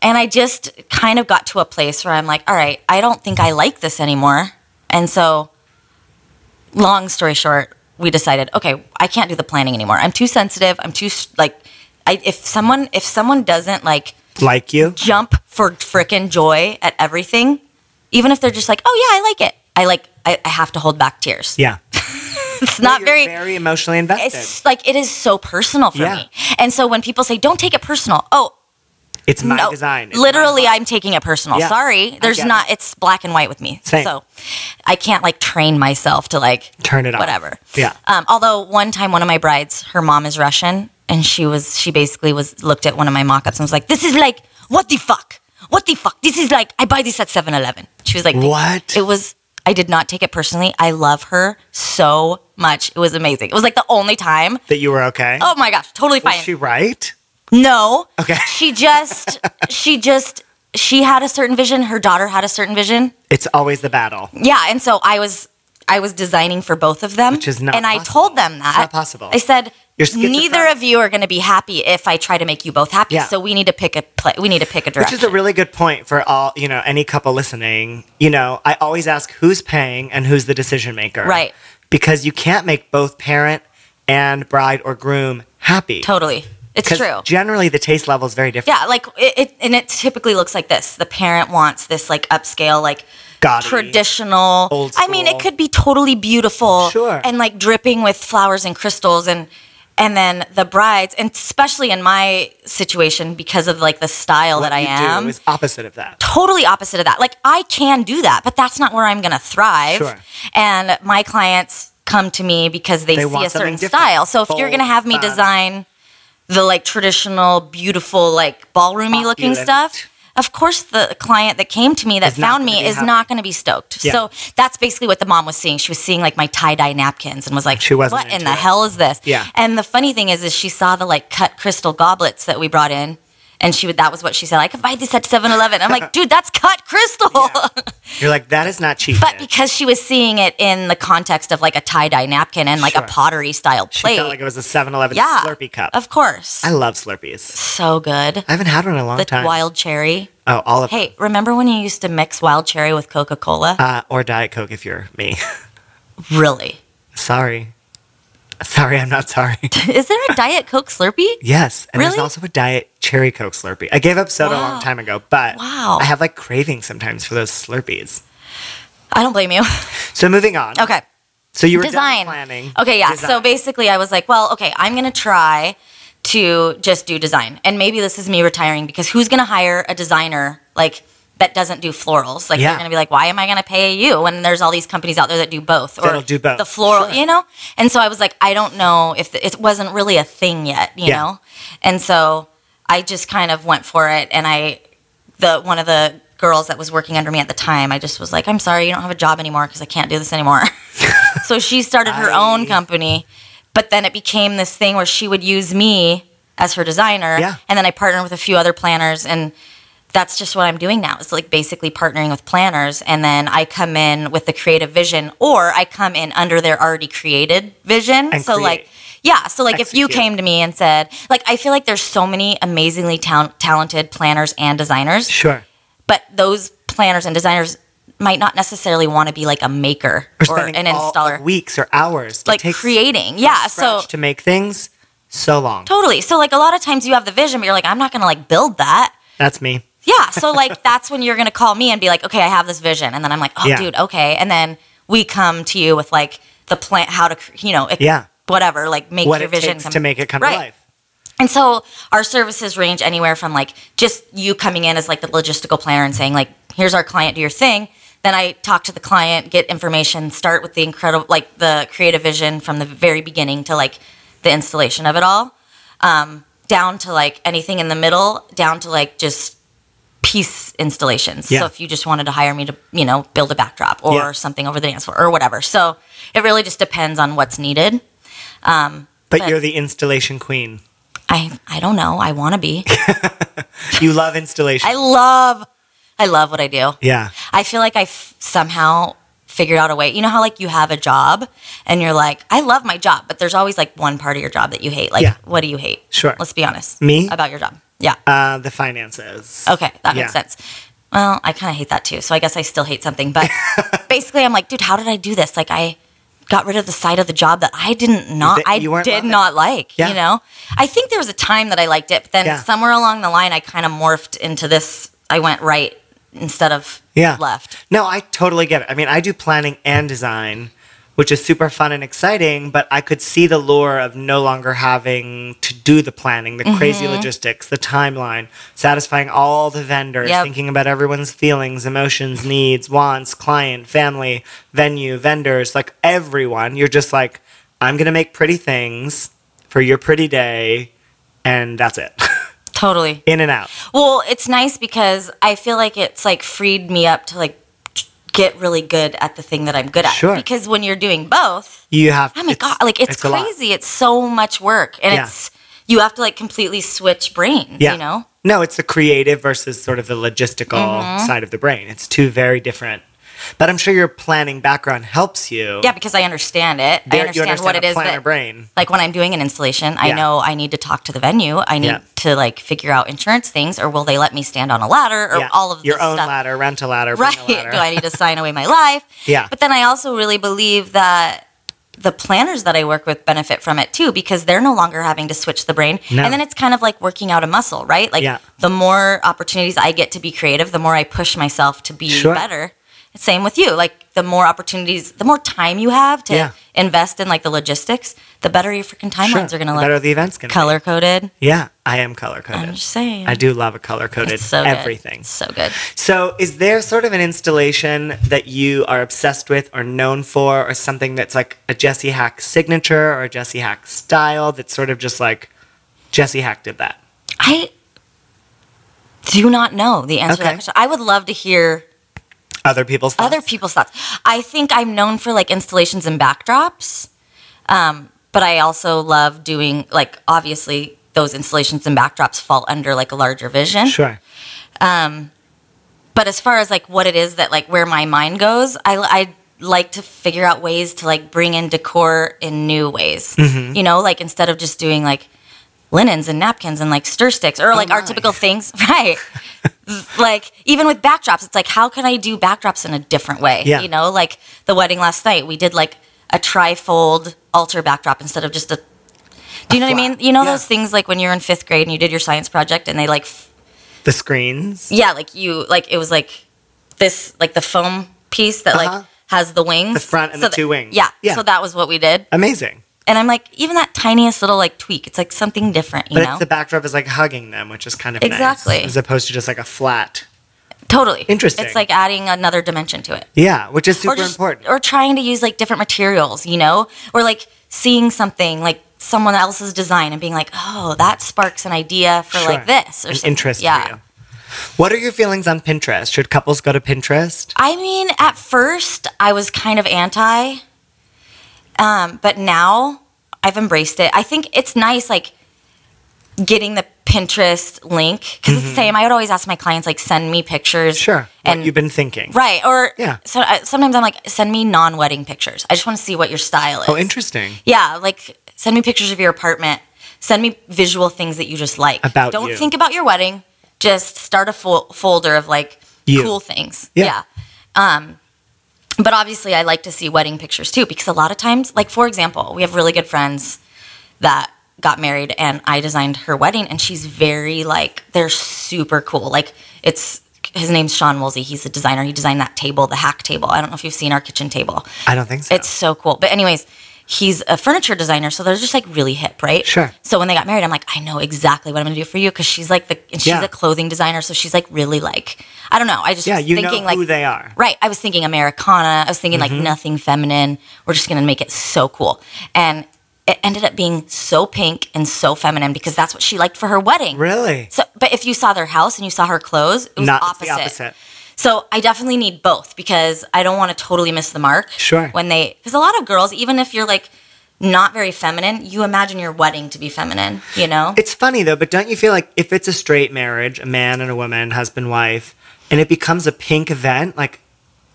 Speaker 3: and I just kind of got to a place where I'm like, all right, I don't think I like this anymore. And so, long story short, we decided, okay, I can't do the planning anymore. I'm too sensitive. I'm too s- like, I, if someone if someone doesn't like
Speaker 2: Like you?
Speaker 3: jump for frickin' joy at everything, even if they're just like, oh yeah, I like it. I like. I, I have to hold back tears.
Speaker 2: Yeah.
Speaker 3: It's not
Speaker 2: You're
Speaker 3: very.
Speaker 2: very emotionally invested. It's,
Speaker 3: It's like it is so personal for
Speaker 2: Yeah.
Speaker 3: me. And so when people say, "Don't take it personal," oh
Speaker 2: my
Speaker 3: no,
Speaker 2: design. It's my
Speaker 3: literally, I'm taking it personal.
Speaker 2: Yeah, I
Speaker 3: Sorry, there's
Speaker 2: get
Speaker 3: not. It's black and white with me,
Speaker 2: Same.
Speaker 3: so I can't like train myself to like
Speaker 2: turn it off.
Speaker 3: whatever.
Speaker 2: Yeah.
Speaker 3: Um, although one time, one of my brides, her mom is Russian, and she was she basically was looked at one of my mock-ups and was like, "This is like what the fuck? What the fuck? This is like I buy this at 7-Eleven. She was like,
Speaker 2: What?
Speaker 3: It was. I did not take it personally. I love her so much. It was amazing. It was like the only time.
Speaker 2: That you were okay.
Speaker 3: Oh my gosh, totally
Speaker 2: was
Speaker 3: fine.
Speaker 2: she right?
Speaker 3: no.
Speaker 2: Okay. [LAUGHS]
Speaker 3: She just she just she had a certain vision. Her daughter had a certain vision.
Speaker 2: It's always the battle.
Speaker 3: Yeah, and so I was I was designing for both of them,
Speaker 2: Which is not
Speaker 3: And I
Speaker 2: possible.
Speaker 3: told them that
Speaker 2: It's not possible.
Speaker 3: I said,
Speaker 2: You're
Speaker 3: neither
Speaker 2: schizophrenic.
Speaker 3: of you are going to be happy if I try to make you both happy.
Speaker 2: Yeah.
Speaker 3: So we need to pick a play. We need to pick a
Speaker 2: Which
Speaker 3: direction.
Speaker 2: is a really good point for all, you know, any couple listening. You know, I always ask who's paying and who's the decision maker.
Speaker 3: Right.
Speaker 2: Because you can't make both parent and bride or groom happy.
Speaker 3: totally, it's
Speaker 2: 'Cause
Speaker 3: true.
Speaker 2: Generally, the taste level is very different.
Speaker 3: yeah, like it, it, and it typically looks like this. The parent wants this like upscale, like
Speaker 2: Gaudy.
Speaker 3: traditional.
Speaker 2: Old
Speaker 3: I mean, it
Speaker 2: school.
Speaker 3: could be totally beautiful,
Speaker 2: Sure.
Speaker 3: and like dripping with flowers and crystals, and and then the brides, and especially in my situation because of like the style
Speaker 2: What
Speaker 3: that I
Speaker 2: you
Speaker 3: am,
Speaker 2: do is opposite of that.
Speaker 3: totally opposite of that. Like I can do that, but that's not where I'm going to thrive.
Speaker 2: Sure.
Speaker 3: And my clients come to me because they,
Speaker 2: They
Speaker 3: see
Speaker 2: want
Speaker 3: a certain
Speaker 2: something different.
Speaker 3: style. So if you're
Speaker 2: Bold,
Speaker 3: going to have me
Speaker 2: fun.
Speaker 3: design the like traditional, beautiful, like ballroomy looking
Speaker 2: Opulent.
Speaker 3: stuff. Of course, the client that came to me that
Speaker 2: Is not
Speaker 3: found
Speaker 2: gonna
Speaker 3: me
Speaker 2: be
Speaker 3: is
Speaker 2: happy.
Speaker 3: not going to be stoked.
Speaker 2: Yeah.
Speaker 3: So that's basically what the mom was seeing. She was seeing like my tie dye napkins and was like,
Speaker 2: She wasn't
Speaker 3: "What in
Speaker 2: into
Speaker 3: the
Speaker 2: it.
Speaker 3: hell is this?"
Speaker 2: Yeah.
Speaker 3: And the funny thing is, is she saw the like cut crystal goblets that we brought in, and she would that was what she said. I could buy this at 7-Eleven. I'm
Speaker 2: [LAUGHS]
Speaker 3: like, dude, that's cut crystal.
Speaker 2: You're like, that is not cheap.
Speaker 3: [LAUGHS] but
Speaker 2: bitch.
Speaker 3: because she was seeing it in the context of like a tie dye napkin and like
Speaker 2: Sure.
Speaker 3: a pottery style
Speaker 2: she
Speaker 3: plate,
Speaker 2: felt like it was a 7 Eleven
Speaker 3: yeah,
Speaker 2: Slurpee cup.
Speaker 3: Of course,
Speaker 2: I love Slurpees.
Speaker 3: so good.
Speaker 2: I haven't had one in a long
Speaker 3: The
Speaker 2: time.
Speaker 3: wild cherry.
Speaker 2: oh, all of
Speaker 3: Hey, remember when you used to mix wild cherry with Coca Cola?
Speaker 2: Uh, or Diet Coke if you're me. [LAUGHS]
Speaker 3: really? [LAUGHS]
Speaker 2: sorry. Sorry, I'm not sorry.
Speaker 3: Is there a Diet Coke Slurpee?
Speaker 2: Yes, and there's
Speaker 3: Really?
Speaker 2: also a diet cherry Coke Slurpee. I gave up soda a
Speaker 3: Wow.
Speaker 2: long time ago, but
Speaker 3: Wow.
Speaker 2: I have like cravings sometimes for those Slurpees.
Speaker 3: I don't blame you. [LAUGHS]
Speaker 2: So moving on.
Speaker 3: okay.
Speaker 2: So you were design
Speaker 3: design
Speaker 2: planning.
Speaker 3: Okay, yeah. So
Speaker 2: Design.
Speaker 3: basically, I was like, well, okay, I'm gonna try to just do design, and maybe this is me retiring because who's gonna hire a designer like that doesn't do florals? Like
Speaker 2: Yeah.
Speaker 3: they're gonna be like, why am I gonna pay you when there's all these companies out there that do both or
Speaker 2: That'll do both.
Speaker 3: the floral,
Speaker 2: Sure.
Speaker 3: you know? And so I was like, I don't know if it wasn't really a thing yet, you
Speaker 2: Yeah.
Speaker 3: know? And so I just kind of went for it, and I the one of the girls that was working under me at the time, I just was like, I'm sorry, you don't have a job anymore because I can't do this anymore. [LAUGHS] so she started her own company, but then it became this thing where she would use me as her designer,
Speaker 2: Yeah.
Speaker 3: and then I partnered with a few other planners and. That's just what I'm doing now. It's like basically partnering with planners, and then I come in with the creative vision, or I come in under their already created vision.
Speaker 2: And
Speaker 3: so,
Speaker 2: create.
Speaker 3: like, yeah. So, like, if you
Speaker 2: Execute.
Speaker 3: came to me and said, like, I feel like there's so many amazingly tal- talented planners and designers
Speaker 2: sure.
Speaker 3: but those planners and designers might not necessarily want to be like a maker
Speaker 2: We're
Speaker 3: or
Speaker 2: spending
Speaker 3: an
Speaker 2: all,
Speaker 3: installer
Speaker 2: like, weeks or hours to
Speaker 3: like
Speaker 2: take
Speaker 3: creating yeah so
Speaker 2: scratch to make things so long.
Speaker 3: totally so like a lot of times you have the vision but you're like i'm not gonna like build that
Speaker 2: That's me.
Speaker 3: yeah so
Speaker 2: [LAUGHS]
Speaker 3: like that's when you're gonna call me and be like okay i have this vision and then i'm like oh
Speaker 2: Yeah.
Speaker 3: dude okay and then we come to you with like the plan how to cr- you know it,
Speaker 2: Yeah.
Speaker 3: whatever like make
Speaker 2: What
Speaker 3: your
Speaker 2: it
Speaker 3: vision
Speaker 2: takes
Speaker 3: come
Speaker 2: to make it come
Speaker 3: Right.
Speaker 2: to life.
Speaker 3: And so our services range anywhere from like just you coming in as like the logistical planner and saying like, here's our client, do your thing. Then I talk to the client, get information, start with the incredible like the creative vision from the very beginning to like the installation of it all, um, down to like anything in the middle, down to like just piece installations.
Speaker 2: Yeah.
Speaker 3: So if you just wanted to hire me to you know build a backdrop or
Speaker 2: Yeah.
Speaker 3: something over the dance floor or whatever, so it really just depends on what's needed.
Speaker 2: But,
Speaker 3: But-
Speaker 2: you're the installation queen.
Speaker 3: I I don't know. I want to be.
Speaker 2: You love installation.
Speaker 3: I love, I love what I do.
Speaker 2: yeah.
Speaker 3: I feel like I f- somehow figured out a way. You know how like you have a job and you're like, I love my job, but there's always like one part of your job that you hate. Like,
Speaker 2: Yeah.
Speaker 3: what do you hate?
Speaker 2: Sure.
Speaker 3: Let's be honest.
Speaker 2: Me?
Speaker 3: about your job. Yeah.
Speaker 2: Uh, the finances.
Speaker 3: Okay, that makes
Speaker 2: Yeah.
Speaker 3: sense. Well, I kind of hate that too. So I guess I still hate
Speaker 2: [LAUGHS]
Speaker 3: something. But basically, I'm like, dude, how did I do this? Like, I got rid of the side of the job that I didn't not
Speaker 2: That you
Speaker 3: I
Speaker 2: weren't
Speaker 3: did
Speaker 2: loving.
Speaker 3: not like.
Speaker 2: Yeah.
Speaker 3: You know, I think there was a time that I liked it, but then
Speaker 2: Yeah.
Speaker 3: somewhere along the line, I kind of morphed into this. I went right instead of
Speaker 2: Yeah.
Speaker 3: left.
Speaker 2: No, I totally get it. I mean, I do planning and design, which is super fun and exciting, but I could see the lure of no longer having to do the planning, the crazy
Speaker 3: Mm-hmm.
Speaker 2: logistics, the timeline, satisfying all the vendors,
Speaker 3: Yep.
Speaker 2: thinking about everyone's feelings, emotions, needs, wants, client, family, venue, vendors, like everyone. You're just like, I'm going to make pretty things for your pretty day, and that's it. [LAUGHS]
Speaker 3: Totally.
Speaker 2: In and out.
Speaker 3: Well, it's nice because I feel like it's like freed me up to like get really good at the thing that I'm good at.
Speaker 2: Sure.
Speaker 3: Because when you're doing both,
Speaker 2: You have
Speaker 3: oh my
Speaker 2: it's-
Speaker 3: god, like it's,
Speaker 2: a lot.
Speaker 3: crazy. It's so much work, and
Speaker 2: Yeah.
Speaker 3: it's you have to like completely switch brains.
Speaker 2: Yeah.
Speaker 3: You know. Mm-hmm.
Speaker 2: No, it's the creative versus sort of the logistical side of the brain. It's two very different. But I'm sure your planning background helps you.
Speaker 3: Yeah, because I understand it. I
Speaker 2: There-
Speaker 3: understand, what it
Speaker 2: a
Speaker 3: is
Speaker 2: planner
Speaker 3: that.
Speaker 2: brain.
Speaker 3: Like when I'm doing an installation, I
Speaker 2: Yeah.
Speaker 3: know I need to talk to the venue. I need
Speaker 2: Yeah.
Speaker 3: to like figure out insurance things, or will they let me stand on a ladder, or
Speaker 2: Yeah.
Speaker 3: all of
Speaker 2: your
Speaker 3: this
Speaker 2: own
Speaker 3: stuff.
Speaker 2: ladder, rent a
Speaker 3: [LAUGHS]
Speaker 2: ladder, bring
Speaker 3: right
Speaker 2: a
Speaker 3: do
Speaker 2: ladder.
Speaker 3: i need to sign away my life
Speaker 2: Yeah.
Speaker 3: but then i also really believe that the planners that i work with benefit from it too because they're no longer having to switch the brain
Speaker 2: No.
Speaker 3: and then it's kind of like working out a muscle right like
Speaker 2: Yeah.
Speaker 3: the more opportunities i get to be creative the more i push myself to be
Speaker 2: Sure.
Speaker 3: better same with you like the more opportunities the more time you have to
Speaker 2: Yeah.
Speaker 3: invest in like the logistics the better your freaking
Speaker 2: Sure.
Speaker 3: timelines are going to
Speaker 2: The
Speaker 3: look
Speaker 2: better the events going
Speaker 3: color coded
Speaker 2: Yeah, I am color
Speaker 3: i'm
Speaker 2: coded.
Speaker 3: just saying
Speaker 2: I do love a color coded
Speaker 3: It's so good.
Speaker 2: everything.
Speaker 3: It's so good
Speaker 2: So, is there sort of an installation that you are obsessed with or known for, or something that's like a Jesse Hack signature or a Jesse Hack style that's sort of just like Jesse Hack did that?
Speaker 3: I do not know the answer to that
Speaker 2: Okay.
Speaker 3: question. I would love to hear
Speaker 2: Other people's thoughts?
Speaker 3: other people's thoughts. I think I'm known for like installations and backdrops, um, but I also love doing like obviously those installations and backdrops fall under like a larger vision.
Speaker 2: Sure.
Speaker 3: Um, But as far as like what it is that like where my mind goes, I, I like to figure out ways to like bring in decor in new ways.
Speaker 2: Mm-hmm.
Speaker 3: You know, like instead of just doing like linens and napkins and like stir sticks or like our
Speaker 2: Oh my.
Speaker 3: typical things, [LAUGHS] right? like even with backdrops, it's like how can I do backdrops in a different way?
Speaker 2: Yeah.
Speaker 3: You know, like the wedding last night, we did like a trifold altar backdrop instead of just a. Do you know what I
Speaker 2: flat.
Speaker 3: mean? You know
Speaker 2: Yeah.
Speaker 3: those things like when you're in fifth grade and you did your science project and they like f-
Speaker 2: The screens.
Speaker 3: yeah, like you, like it was like this, like the foam piece that
Speaker 2: Uh-huh.
Speaker 3: like has the wings,
Speaker 2: The front and the
Speaker 3: that-
Speaker 2: two wings.
Speaker 3: Yeah,
Speaker 2: Yeah.
Speaker 3: So that was what we did,
Speaker 2: Amazing.
Speaker 3: and I'm like, even that tiniest little like tweak, it's like something different, you
Speaker 2: But
Speaker 3: know?
Speaker 2: it's the backdrop is like hugging them, which is kind of nice,
Speaker 3: Exactly.
Speaker 2: as opposed to just like a flat.
Speaker 3: totally
Speaker 2: Interesting.
Speaker 3: It's like adding another dimension to it,
Speaker 2: Yeah, which is super
Speaker 3: or just
Speaker 2: important.
Speaker 3: or trying to use like different materials, you know, or like seeing something like someone else's design and being like, oh, that sparks an idea for
Speaker 2: Sure.
Speaker 3: like this or
Speaker 2: An
Speaker 3: something.
Speaker 2: interest
Speaker 3: yeah.
Speaker 2: for you. What are your feelings on Pinterest? Should couples go to Pinterest?
Speaker 3: I mean, at first I was kind of anti, um, but now I've embraced it. I think it's nice, like getting the Pinterest link because it's the same. I would always ask my clients, like, send me pictures.
Speaker 2: Mm-hmm. Sure. And
Speaker 3: and
Speaker 2: you've been thinking.
Speaker 3: right or
Speaker 2: Yeah.
Speaker 3: So I, sometimes I'm like, send me non-wedding pictures. I just want to see what your style is.
Speaker 2: Oh, interesting.
Speaker 3: Yeah, like send me pictures of your apartment. Send me visual things that you just like.
Speaker 2: About
Speaker 3: Don't
Speaker 2: you.
Speaker 3: think about your wedding. Just start a fol- folder of like
Speaker 2: You.
Speaker 3: cool things.
Speaker 2: Yeah.
Speaker 3: Yeah. Um, but obviously, I like to see wedding pictures too because a lot of times, like for example, we have really good friends that got married and I designed her wedding and she's very like they're super cool. Like it's his name's Sean Woolsey. He's a designer. He designed that table, the hack table. I don't know if you've seen our kitchen table.
Speaker 2: I don't think so.
Speaker 3: It's so cool. But anyways, he's a furniture designer, so they're just like really hip, right?
Speaker 2: Sure.
Speaker 3: So when they got married, I'm like, I know exactly what I'm gonna do for you because she's like the and she's
Speaker 2: Yeah.
Speaker 3: a clothing designer, so she's like really like I don't know. I just
Speaker 2: yeah,
Speaker 3: was
Speaker 2: you know
Speaker 3: thinking
Speaker 2: who
Speaker 3: like
Speaker 2: they Mm-hmm. are.
Speaker 3: Right. I was thinking Americana. I was thinking like nothing feminine. We're just gonna make it so cool. And it ended up being so pink and so feminine because that's what she liked for her wedding.
Speaker 2: Really?
Speaker 3: So, but if you saw their house and you saw her clothes, it was
Speaker 2: Not it's
Speaker 3: opposite.
Speaker 2: the opposite.
Speaker 3: So I definitely need both because I don't want to totally miss the mark.
Speaker 2: Sure.
Speaker 3: When they, because a lot of girls, even if you're like not very feminine, you imagine your wedding to be feminine, you know?
Speaker 2: It's funny though, but don't you feel like if it's a straight marriage, a man and a woman, husband, wife, and it becomes a pink event, like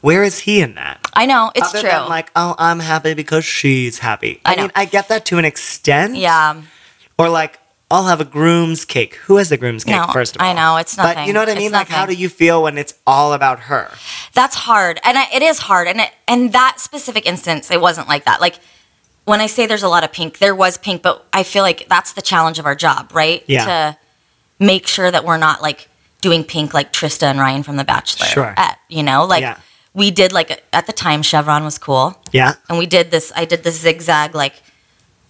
Speaker 2: Where is he in that?
Speaker 3: I know it's
Speaker 2: Other
Speaker 3: true.
Speaker 2: Than like, oh, I'm happy because she's happy.
Speaker 3: I
Speaker 2: I,
Speaker 3: know.
Speaker 2: mean, I get that to an extent.
Speaker 3: yeah,
Speaker 2: Or like, I'll have a groom's cake. Who has a groom's cake?
Speaker 3: No,
Speaker 2: first of all,
Speaker 3: I know, it's
Speaker 2: But
Speaker 3: nothing.
Speaker 2: you know what I
Speaker 3: It's
Speaker 2: mean? Like, how do
Speaker 3: nothing.
Speaker 2: you feel when it's all about her?
Speaker 3: that's hard, and I, it is hard. And it, and that specific instance, it wasn't like that. Like when I say there's a lot of pink, there was pink, but I feel like that's the challenge of our job, right?
Speaker 2: Yeah.
Speaker 3: To make sure that we're not like doing pink like Trista and Ryan from The Bachelor.
Speaker 2: Sure.
Speaker 3: At, you know, like
Speaker 2: Yeah.
Speaker 3: we did like at the time Chevron was cool.
Speaker 2: Yeah.
Speaker 3: and we did this i did this zigzag like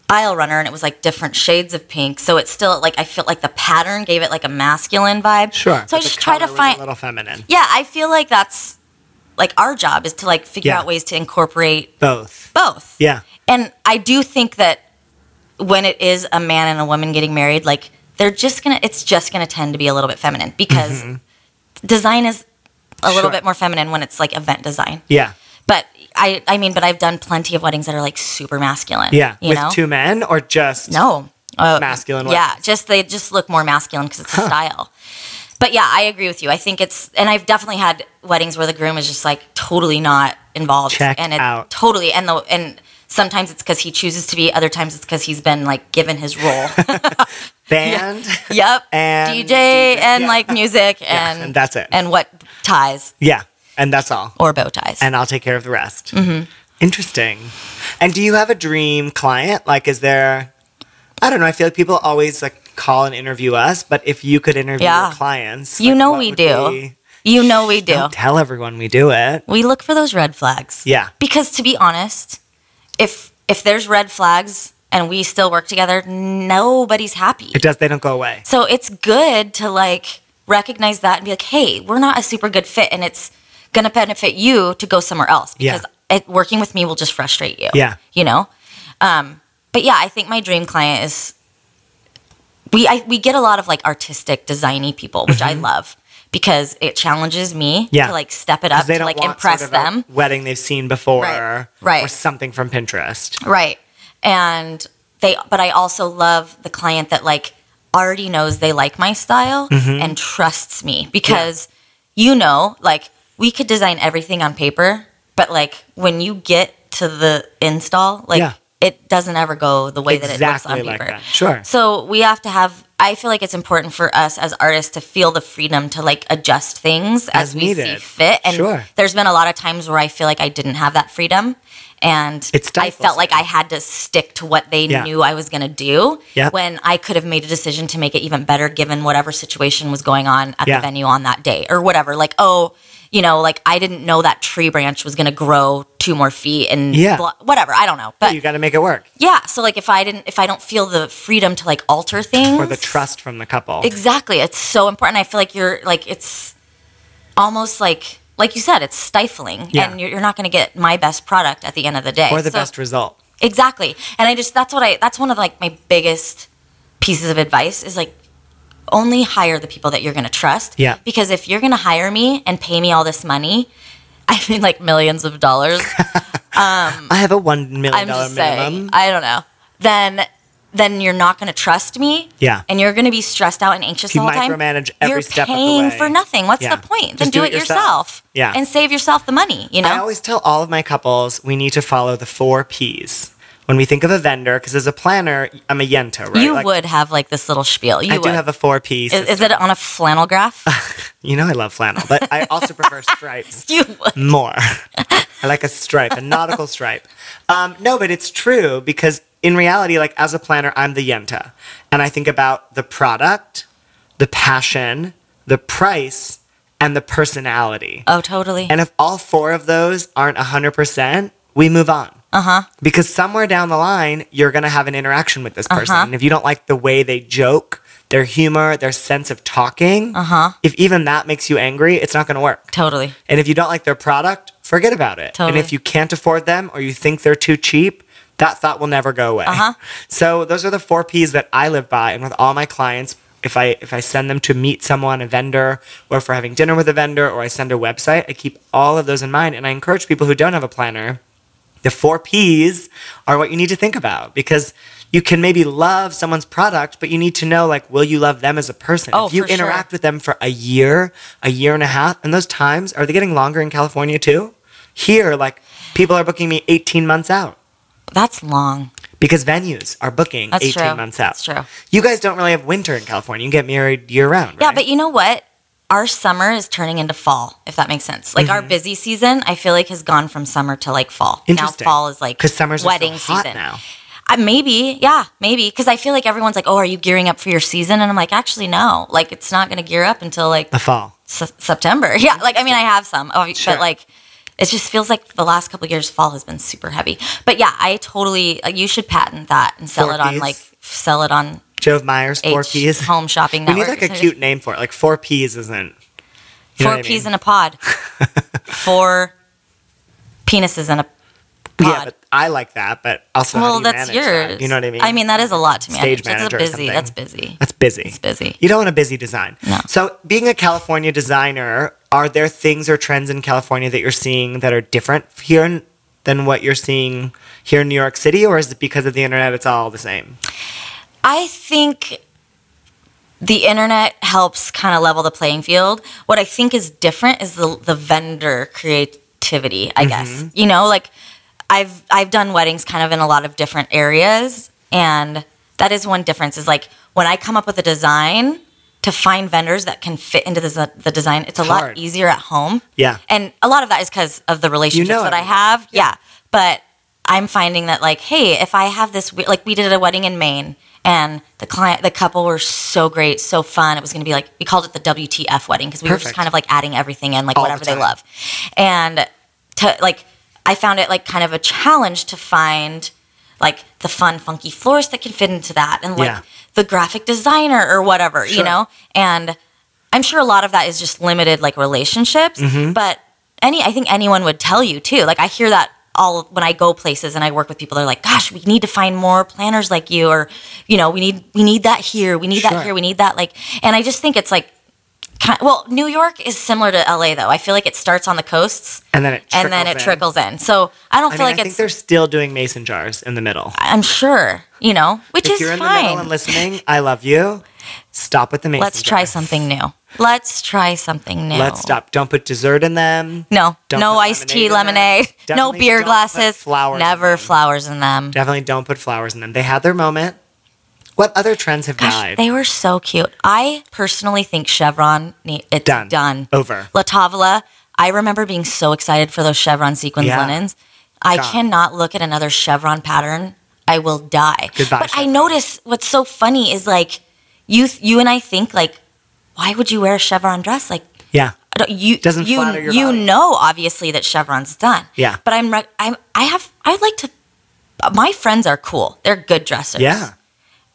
Speaker 3: aisle runner and it was like different shades of pink so it's still like i feel like the pattern gave it like a masculine vibe
Speaker 2: Sure.
Speaker 3: so i
Speaker 2: But the
Speaker 3: just try to
Speaker 2: color was
Speaker 3: find
Speaker 2: a little feminine.
Speaker 3: yeah i feel like that's like our job is to like figure
Speaker 2: Yeah.
Speaker 3: out ways to incorporate
Speaker 2: Both.
Speaker 3: both
Speaker 2: Yeah.
Speaker 3: and i do think that when it is a man and a woman getting married like they're just gonna it's just gonna tend to be a little bit feminine because design is a little
Speaker 2: Mm-hmm. Sure.
Speaker 3: bit more feminine when it's like event design
Speaker 2: Yeah.
Speaker 3: but I, I mean, but I've done plenty of weddings that are like super masculine.
Speaker 2: Yeah.
Speaker 3: you
Speaker 2: With
Speaker 3: know,
Speaker 2: two men or just
Speaker 3: no [LAUGHS] uh,
Speaker 2: masculine
Speaker 3: Yeah,
Speaker 2: weddings.
Speaker 3: just they just look more masculine because it's a style. But yeah, I agree with you. I think it's, and I've definitely had weddings where the groom is just like totally not involved,
Speaker 2: Checked
Speaker 3: and it
Speaker 2: out.
Speaker 3: totally, and the and sometimes it's because he chooses to be, other times it's because he's been like given his
Speaker 2: [LAUGHS]
Speaker 3: role. [LAUGHS]
Speaker 2: band?
Speaker 3: yep,
Speaker 2: And
Speaker 3: DJ, and like music and
Speaker 2: and that's it.
Speaker 3: and what ties
Speaker 2: yeah. And that's all.
Speaker 3: or bow ties.
Speaker 2: and I'll take care of the rest.
Speaker 3: Mm-hmm.
Speaker 2: Interesting. And do you have a dream client? Like, is there, I don't know, I feel like people always like call and interview us, but if you could interview
Speaker 3: Yeah.
Speaker 2: your clients,
Speaker 3: You
Speaker 2: like,
Speaker 3: know
Speaker 2: what
Speaker 3: we
Speaker 2: would
Speaker 3: do.
Speaker 2: be-
Speaker 3: you know we do.
Speaker 2: Don't tell everyone we do it.
Speaker 3: we look for those red flags.
Speaker 2: Yeah.
Speaker 3: Because to be honest, if if there's red flags and we still work together, nobody's happy.
Speaker 2: It does, they don't go away.
Speaker 3: So it's good to like recognize that and be like, "Hey, we're not a super good fit and it's going to benefit you to go somewhere else
Speaker 2: Yeah.
Speaker 3: because it, working with me will just frustrate you."
Speaker 2: Yeah.
Speaker 3: You know? Um, but yeah, I think my dream client is we I, we get a lot of like artistic designy people, which I love because it challenges me
Speaker 2: Mm-hmm. Yeah.
Speaker 3: to like step it
Speaker 2: 'Cause
Speaker 3: up
Speaker 2: They
Speaker 3: to
Speaker 2: don't
Speaker 3: like
Speaker 2: want
Speaker 3: impress
Speaker 2: sort of a
Speaker 3: them.
Speaker 2: wedding they've seen before,
Speaker 3: Right. Right.
Speaker 2: or something from Pinterest.
Speaker 3: Right. And they but I also love the client that like already knows they like my style
Speaker 2: Mm-hmm.
Speaker 3: and trusts me because you know, like we could design everything on paper, but like when you get to the install, like
Speaker 2: Yeah.
Speaker 3: it doesn't ever go the way that it looks
Speaker 2: Exactly
Speaker 3: on
Speaker 2: like
Speaker 3: paper.
Speaker 2: that. Sure.
Speaker 3: So we have to have I feel like it's important for us as artists to feel the freedom to like adjust things as,
Speaker 2: As
Speaker 3: we see
Speaker 2: needed.
Speaker 3: fit. And
Speaker 2: Sure.
Speaker 3: there's been a lot of times where I feel like I didn't have that freedom and
Speaker 2: It
Speaker 3: I
Speaker 2: stifles
Speaker 3: felt
Speaker 2: you.
Speaker 3: like I had to stick to what they
Speaker 2: Yeah.
Speaker 3: knew I was going to do
Speaker 2: Yep.
Speaker 3: when I could have made a decision to make it even better given whatever situation was going on at
Speaker 2: Yeah.
Speaker 3: the venue on that day or whatever. Like, oh, you know, like I didn't know that tree branch was going to grow two more feet and
Speaker 2: Yeah.
Speaker 3: blah, whatever. I don't know. But
Speaker 2: You got to make it work.
Speaker 3: yeah, so like if I didn't, if I don't feel the freedom to like alter things
Speaker 2: Or the trust from the couple.
Speaker 3: Exactly. It's so important. I feel like you're like it's almost like like you said, it's stifling,
Speaker 2: Yeah.
Speaker 3: and you're, you're not going to get my best product at the end of the day.
Speaker 2: or the
Speaker 3: So-
Speaker 2: best result.
Speaker 3: Exactly. And I just that's what I that's one of like my biggest pieces of advice is like only hire the people that you're going to trust.
Speaker 2: Yeah.
Speaker 3: Because if you're going to hire me and pay me all this money, [LAUGHS] I mean like millions of dollars.
Speaker 2: I have a $1 million
Speaker 3: Um, I'm just
Speaker 2: minimum.
Speaker 3: saying. uh, I don't know. Then then you're not going to trust me.
Speaker 2: Yeah.
Speaker 3: And you're going to be stressed out and anxious
Speaker 2: You
Speaker 3: all the time.
Speaker 2: micromanage every
Speaker 3: you're
Speaker 2: step of the
Speaker 3: paying
Speaker 2: way.
Speaker 3: for nothing. What's
Speaker 2: Yeah.
Speaker 3: the point? then
Speaker 2: Just
Speaker 3: do, it, yourself.
Speaker 2: Yeah.
Speaker 3: And save yourself the money. You know.
Speaker 2: I always tell all of my couples we need to follow the four P's when we think of a vendor, because as a planner, I'm a yento, right?
Speaker 3: you
Speaker 2: Like,
Speaker 3: would have like this little spiel. You
Speaker 2: I
Speaker 3: would.
Speaker 2: do have a four piece.
Speaker 3: is, is it on a
Speaker 2: [LAUGHS]
Speaker 3: flannel graph?
Speaker 2: you know, I love flannel, but I also
Speaker 3: [LAUGHS]
Speaker 2: prefer stripes
Speaker 3: you would.
Speaker 2: more. [LAUGHS] I like a stripe, a nautical stripe. Um, no, but it's true because in reality, like as a planner, I'm the yenta, and I think about the product, the passion, the price, and the personality.
Speaker 3: Oh, totally.
Speaker 2: And if all four of those aren't 100%, we move on. Uh huh. Because somewhere down the line, you're going to have an interaction with this person. And if you don't like the way they joke, their humor, their sense of talking, uh huh. If even that makes you angry, it's not going to work.
Speaker 3: totally.
Speaker 2: And if you don't like their product, forget about it.
Speaker 3: Totally.
Speaker 2: And if you can't afford them or you think they're too cheap, that thought will never go away.
Speaker 3: Uh-huh.
Speaker 2: So those are the four P's that I live by, and with all my clients. If I if I send them to meet someone, a vendor, or if we're having dinner with a vendor, or I send a website, I keep all of those in mind, and I encourage people who don't have a planner. The four P's are what you need to think about because you can maybe love someone's product, but you need to know like, will you love them as a person?
Speaker 3: Oh,
Speaker 2: if you
Speaker 3: for sure.
Speaker 2: interact with them for a year, a year and a half, and those times are they getting longer in California too? Here, like people are booking me 18 months out
Speaker 3: That's long.
Speaker 2: because venues are booking
Speaker 3: That's
Speaker 2: 18
Speaker 3: true.
Speaker 2: months out.
Speaker 3: That's true.
Speaker 2: You guys don't really have winter in California. You get married year round.
Speaker 3: Yeah,
Speaker 2: right?
Speaker 3: but you know what? Our summer is turning into fall, if that makes sense. Like
Speaker 2: Mm-hmm.
Speaker 3: our busy season, I feel like has gone from summer to like fall. Now
Speaker 2: Interesting.
Speaker 3: fall is like
Speaker 2: because summers
Speaker 3: wedding
Speaker 2: are so hot
Speaker 3: season.
Speaker 2: now.
Speaker 3: I, maybe, yeah, maybe because I feel like everyone's like, "Oh, are you gearing up for your season?" And I'm like, "Actually, no. Like it's not going to gear up until
Speaker 2: [LAUGHS]
Speaker 3: like
Speaker 2: The fall.
Speaker 3: S- September. [LAUGHS] Yeah, like I mean, I have some, obvi-
Speaker 2: Sure.
Speaker 3: but like it just feels like the last couple of years, fall has been super heavy. But yeah, I totally. Like, you should patent that and sell it on
Speaker 2: Forkies.
Speaker 3: like sell it on
Speaker 2: Jove Myers, four
Speaker 3: H
Speaker 2: P's.
Speaker 3: Home Shopping
Speaker 2: [LAUGHS] We need
Speaker 3: Network.
Speaker 2: like a cute name for it. Like four P's isn't. you know
Speaker 3: Four
Speaker 2: what I
Speaker 3: peas
Speaker 2: mean?
Speaker 3: in a
Speaker 2: [LAUGHS]
Speaker 3: pod. Four penises in a pod.
Speaker 2: Yeah, but I like that. But also,
Speaker 3: well,
Speaker 2: how do you
Speaker 3: that's
Speaker 2: manage that?
Speaker 3: yours.
Speaker 2: You know what I mean?
Speaker 3: I mean, that is a lot to me.
Speaker 2: Stage
Speaker 3: that's
Speaker 2: manager
Speaker 3: a
Speaker 2: or
Speaker 3: busy.
Speaker 2: something.
Speaker 3: That's busy.
Speaker 2: That's busy.
Speaker 3: It's busy.
Speaker 2: You don't want a busy design.
Speaker 3: No.
Speaker 2: So, being a California designer, are there things or trends in California that you're seeing that are different here in, than what you're seeing here in New York City, or is it because of the internet? It's all the same.
Speaker 3: I think the internet helps kind of level the playing field. What I think is different is the the vendor creativity, I guess. You know, like I've I've done weddings kind of in a lot of different areas and that is one difference is like when I come up with a design to find vendors that can fit into the, z- the design, it's a
Speaker 2: Hard.
Speaker 3: lot easier at home.
Speaker 2: Yeah.
Speaker 3: And a lot of that is because of the relationships that I
Speaker 2: everyone.
Speaker 3: have. Yeah. But I'm finding that like, hey, if I have this we- like we did a wedding in Maine and the client the couple were so great, so fun. It was gonna be like we called it the WTF wedding because we were just
Speaker 2: Perfect.
Speaker 3: kind of like adding everything in, like
Speaker 2: All the
Speaker 3: whatever they
Speaker 2: time.
Speaker 3: love. And to like I found it like kind of a challenge to find like the fun, funky florist that can fit into that and like
Speaker 2: Yeah.
Speaker 3: the graphic designer or whatever, you
Speaker 2: Sure.
Speaker 3: know? And I'm sure a lot of that is just limited like relationships,
Speaker 2: Mm-hmm.
Speaker 3: but any I think anyone would tell you too. Like I hear that all when I go places and I work with people they're like, "Gosh, we need to find more planners like you or you know, we need we need that here, we need
Speaker 2: Sure.
Speaker 3: that here, we need that like." And I just think it's like kind well, New York is similar to LA though. I feel like it starts on the coasts
Speaker 2: And then it trickles
Speaker 3: and then it
Speaker 2: in.
Speaker 3: trickles in. So, I don't
Speaker 2: I, mean, I
Speaker 3: feel like
Speaker 2: think
Speaker 3: it's
Speaker 2: they're still doing mason jars in the middle.
Speaker 3: I'm sure, you know, which
Speaker 2: if
Speaker 3: is
Speaker 2: you're in the middle
Speaker 3: fine.
Speaker 2: and listening, I love you. Stop with the mason
Speaker 3: Let's try
Speaker 2: jars.
Speaker 3: something new. Let's try something new.
Speaker 2: Let's stop. Don't put dessert in them.
Speaker 3: No,
Speaker 2: Don't
Speaker 3: no
Speaker 2: put
Speaker 3: iced tea,
Speaker 2: lemonade in
Speaker 3: lemonade, [LAUGHS]
Speaker 2: them.
Speaker 3: no
Speaker 2: Definitely
Speaker 3: beer
Speaker 2: don't put
Speaker 3: glasses,
Speaker 2: flowers in
Speaker 3: never
Speaker 2: them.
Speaker 3: flowers in them.
Speaker 2: Definitely don't put flowers in them. They had their moment. What other trends have
Speaker 3: Gosh,
Speaker 2: died?
Speaker 3: they were so cute. I personally think Chevron, ne- it's
Speaker 2: Done.
Speaker 3: done.
Speaker 2: Over.
Speaker 3: La Tavola, I remember being so excited for those Chevron sequins
Speaker 2: Yeah.
Speaker 3: linens. I
Speaker 2: Done.
Speaker 3: cannot look at another Chevron pattern. I will die.
Speaker 2: Goodbye,
Speaker 3: but
Speaker 2: Chevron.
Speaker 3: I notice what's so funny is like you, you and I think like, why would you wear a Chevron dress? Like
Speaker 2: yeah.
Speaker 3: I don't- you
Speaker 2: Doesn't
Speaker 3: you
Speaker 2: flatter your
Speaker 3: you
Speaker 2: body.
Speaker 3: know obviously that Chevron's done.
Speaker 2: Yeah.
Speaker 3: But I'm rec- I'm I have I'd like to. My friends are cool. They're good dressers.
Speaker 2: Yeah.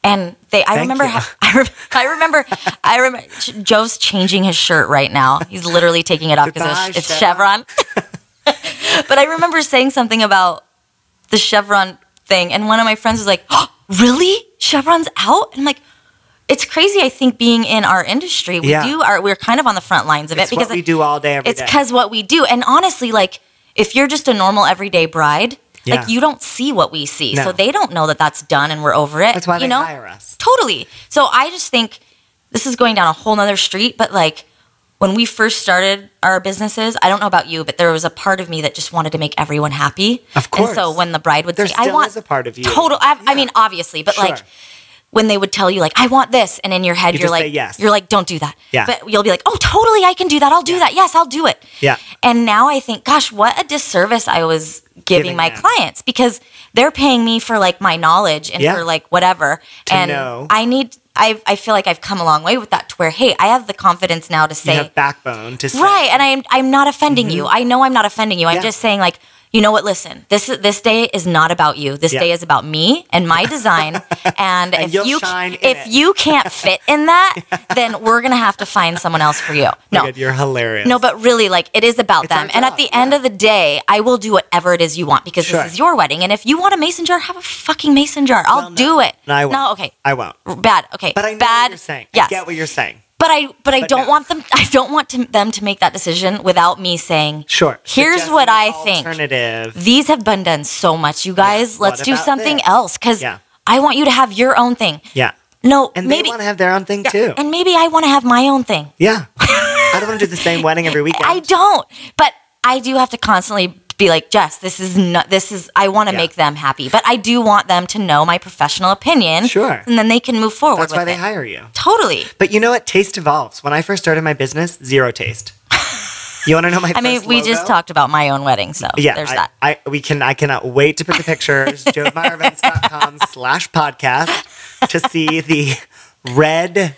Speaker 3: And they I
Speaker 2: Thank
Speaker 3: remember
Speaker 2: you.
Speaker 3: ha- I, rem- [LAUGHS] I remember I remember Joe's changing his shirt right now. He's literally taking it off because
Speaker 2: Goodbye,
Speaker 3: it's, it's Chevron. [LAUGHS] but I remember saying something about the Chevron thing, and one of my friends was like, oh, "Really? Chevron's out?" And I'm like. It's crazy. I think being in our industry, we
Speaker 2: Yeah.
Speaker 3: do are we're kind of on the front lines of
Speaker 2: It's
Speaker 3: it because
Speaker 2: what we do all day every day.
Speaker 3: it's because what we do. And honestly, like if you're just a normal everyday bride,
Speaker 2: Yeah.
Speaker 3: like you don't see what we see,
Speaker 2: No.
Speaker 3: so they don't know that that's done and we're over it.
Speaker 2: That's why
Speaker 3: you
Speaker 2: they
Speaker 3: know?
Speaker 2: hire us.
Speaker 3: Totally. So I just think this is going down a whole nother street, but like when we first started our businesses, I don't know about you, but there was a part of me that just wanted to make everyone happy.
Speaker 2: Of
Speaker 3: And so
Speaker 2: course.
Speaker 3: when the bride would
Speaker 2: There
Speaker 3: say,
Speaker 2: still
Speaker 3: "I want,"
Speaker 2: is a part of you.
Speaker 3: Total. I, I mean, obviously, but
Speaker 2: Sure.
Speaker 3: like when they would tell you, like, "I want this," and in your head,
Speaker 2: You
Speaker 3: you are
Speaker 2: just
Speaker 3: like,
Speaker 2: say yes.
Speaker 3: "You're like, don't do that."
Speaker 2: Yeah.
Speaker 3: But you'll be like, "Oh, totally, I can do that. I'll do that. Yes, I'll do it."
Speaker 2: Yeah.
Speaker 3: And now I think, gosh, what a disservice I was giving,
Speaker 2: Giving
Speaker 3: my
Speaker 2: them.
Speaker 3: clients because they're paying me for like my knowledge and
Speaker 2: Yeah.
Speaker 3: for like whatever. and
Speaker 2: know.
Speaker 3: I need, I, I feel like I've come a long way with that to where, hey, I have the confidence now to
Speaker 2: You
Speaker 3: say,
Speaker 2: have backbone to say. "Oh
Speaker 3: right. And I'm, I'm not offending you. I know I'm not offending you.
Speaker 2: Yeah.
Speaker 3: I'm just saying like, you know what? Listen, this this day is not about you. This
Speaker 2: Yeah.
Speaker 3: day is about me and
Speaker 2: [LAUGHS]
Speaker 3: my design. and, if
Speaker 2: you'll
Speaker 3: you
Speaker 2: shine in
Speaker 3: if
Speaker 2: it.
Speaker 3: you can't fit
Speaker 2: [LAUGHS]
Speaker 3: in that, then we're gonna have to find someone else for you.
Speaker 2: Oh my
Speaker 3: No,
Speaker 2: God, you're hilarious.
Speaker 3: no, but really, like it is about
Speaker 2: It's our
Speaker 3: them. And
Speaker 2: job,
Speaker 3: at the end of the day, I will do whatever it is you want because
Speaker 2: Sure.
Speaker 3: this is your wedding. And if you want a mason jar, have a fucking mason jar. I'll
Speaker 2: Well, no.
Speaker 3: do it.
Speaker 2: No, I won't.
Speaker 3: No, okay.
Speaker 2: I won't.
Speaker 3: R- Bad. Okay.
Speaker 2: But I know
Speaker 3: Bad.
Speaker 2: what you're saying.
Speaker 3: Yes.
Speaker 2: I get what you're saying.
Speaker 3: but I but I
Speaker 2: But
Speaker 3: don't
Speaker 2: no.
Speaker 3: want them. I don't want to, them to make that decision without me saying.
Speaker 2: Sure.
Speaker 3: Here's
Speaker 2: Suggesting
Speaker 3: what
Speaker 2: an
Speaker 3: I think. Mm.
Speaker 2: Alternative.
Speaker 3: These have been done so much, you guys.
Speaker 2: What
Speaker 3: Let's do
Speaker 2: about
Speaker 3: something
Speaker 2: this?
Speaker 3: else because
Speaker 2: Yeah.
Speaker 3: I want you to have your own thing.
Speaker 2: Yeah.
Speaker 3: No,
Speaker 2: And
Speaker 3: maybe
Speaker 2: they want to have their own thing too.
Speaker 3: and maybe I want to have my own thing. [LAUGHS]
Speaker 2: yeah. I don't want to do the same wedding every weekend.
Speaker 3: I don't. But I do have to constantly be like, Jess, this is not, this is, I want to
Speaker 2: Yeah.
Speaker 3: make them happy, but I do want them to know my professional opinion.
Speaker 2: Sure.
Speaker 3: And then they can move forward
Speaker 2: That's
Speaker 3: with
Speaker 2: why they
Speaker 3: it.
Speaker 2: hire you.
Speaker 3: Totally.
Speaker 2: But you know what? Taste evolves. When I first started my business, zero taste. You want to know my?
Speaker 3: [LAUGHS] I mean,
Speaker 2: first
Speaker 3: we just
Speaker 2: logo?
Speaker 3: talked about my own wedding, so
Speaker 2: Yeah,
Speaker 3: there's
Speaker 2: I,
Speaker 3: that.
Speaker 2: I we can. I cannot wait to put the
Speaker 3: [LAUGHS]
Speaker 2: pictures. JoeMeyerVents.com slash podcast to see the red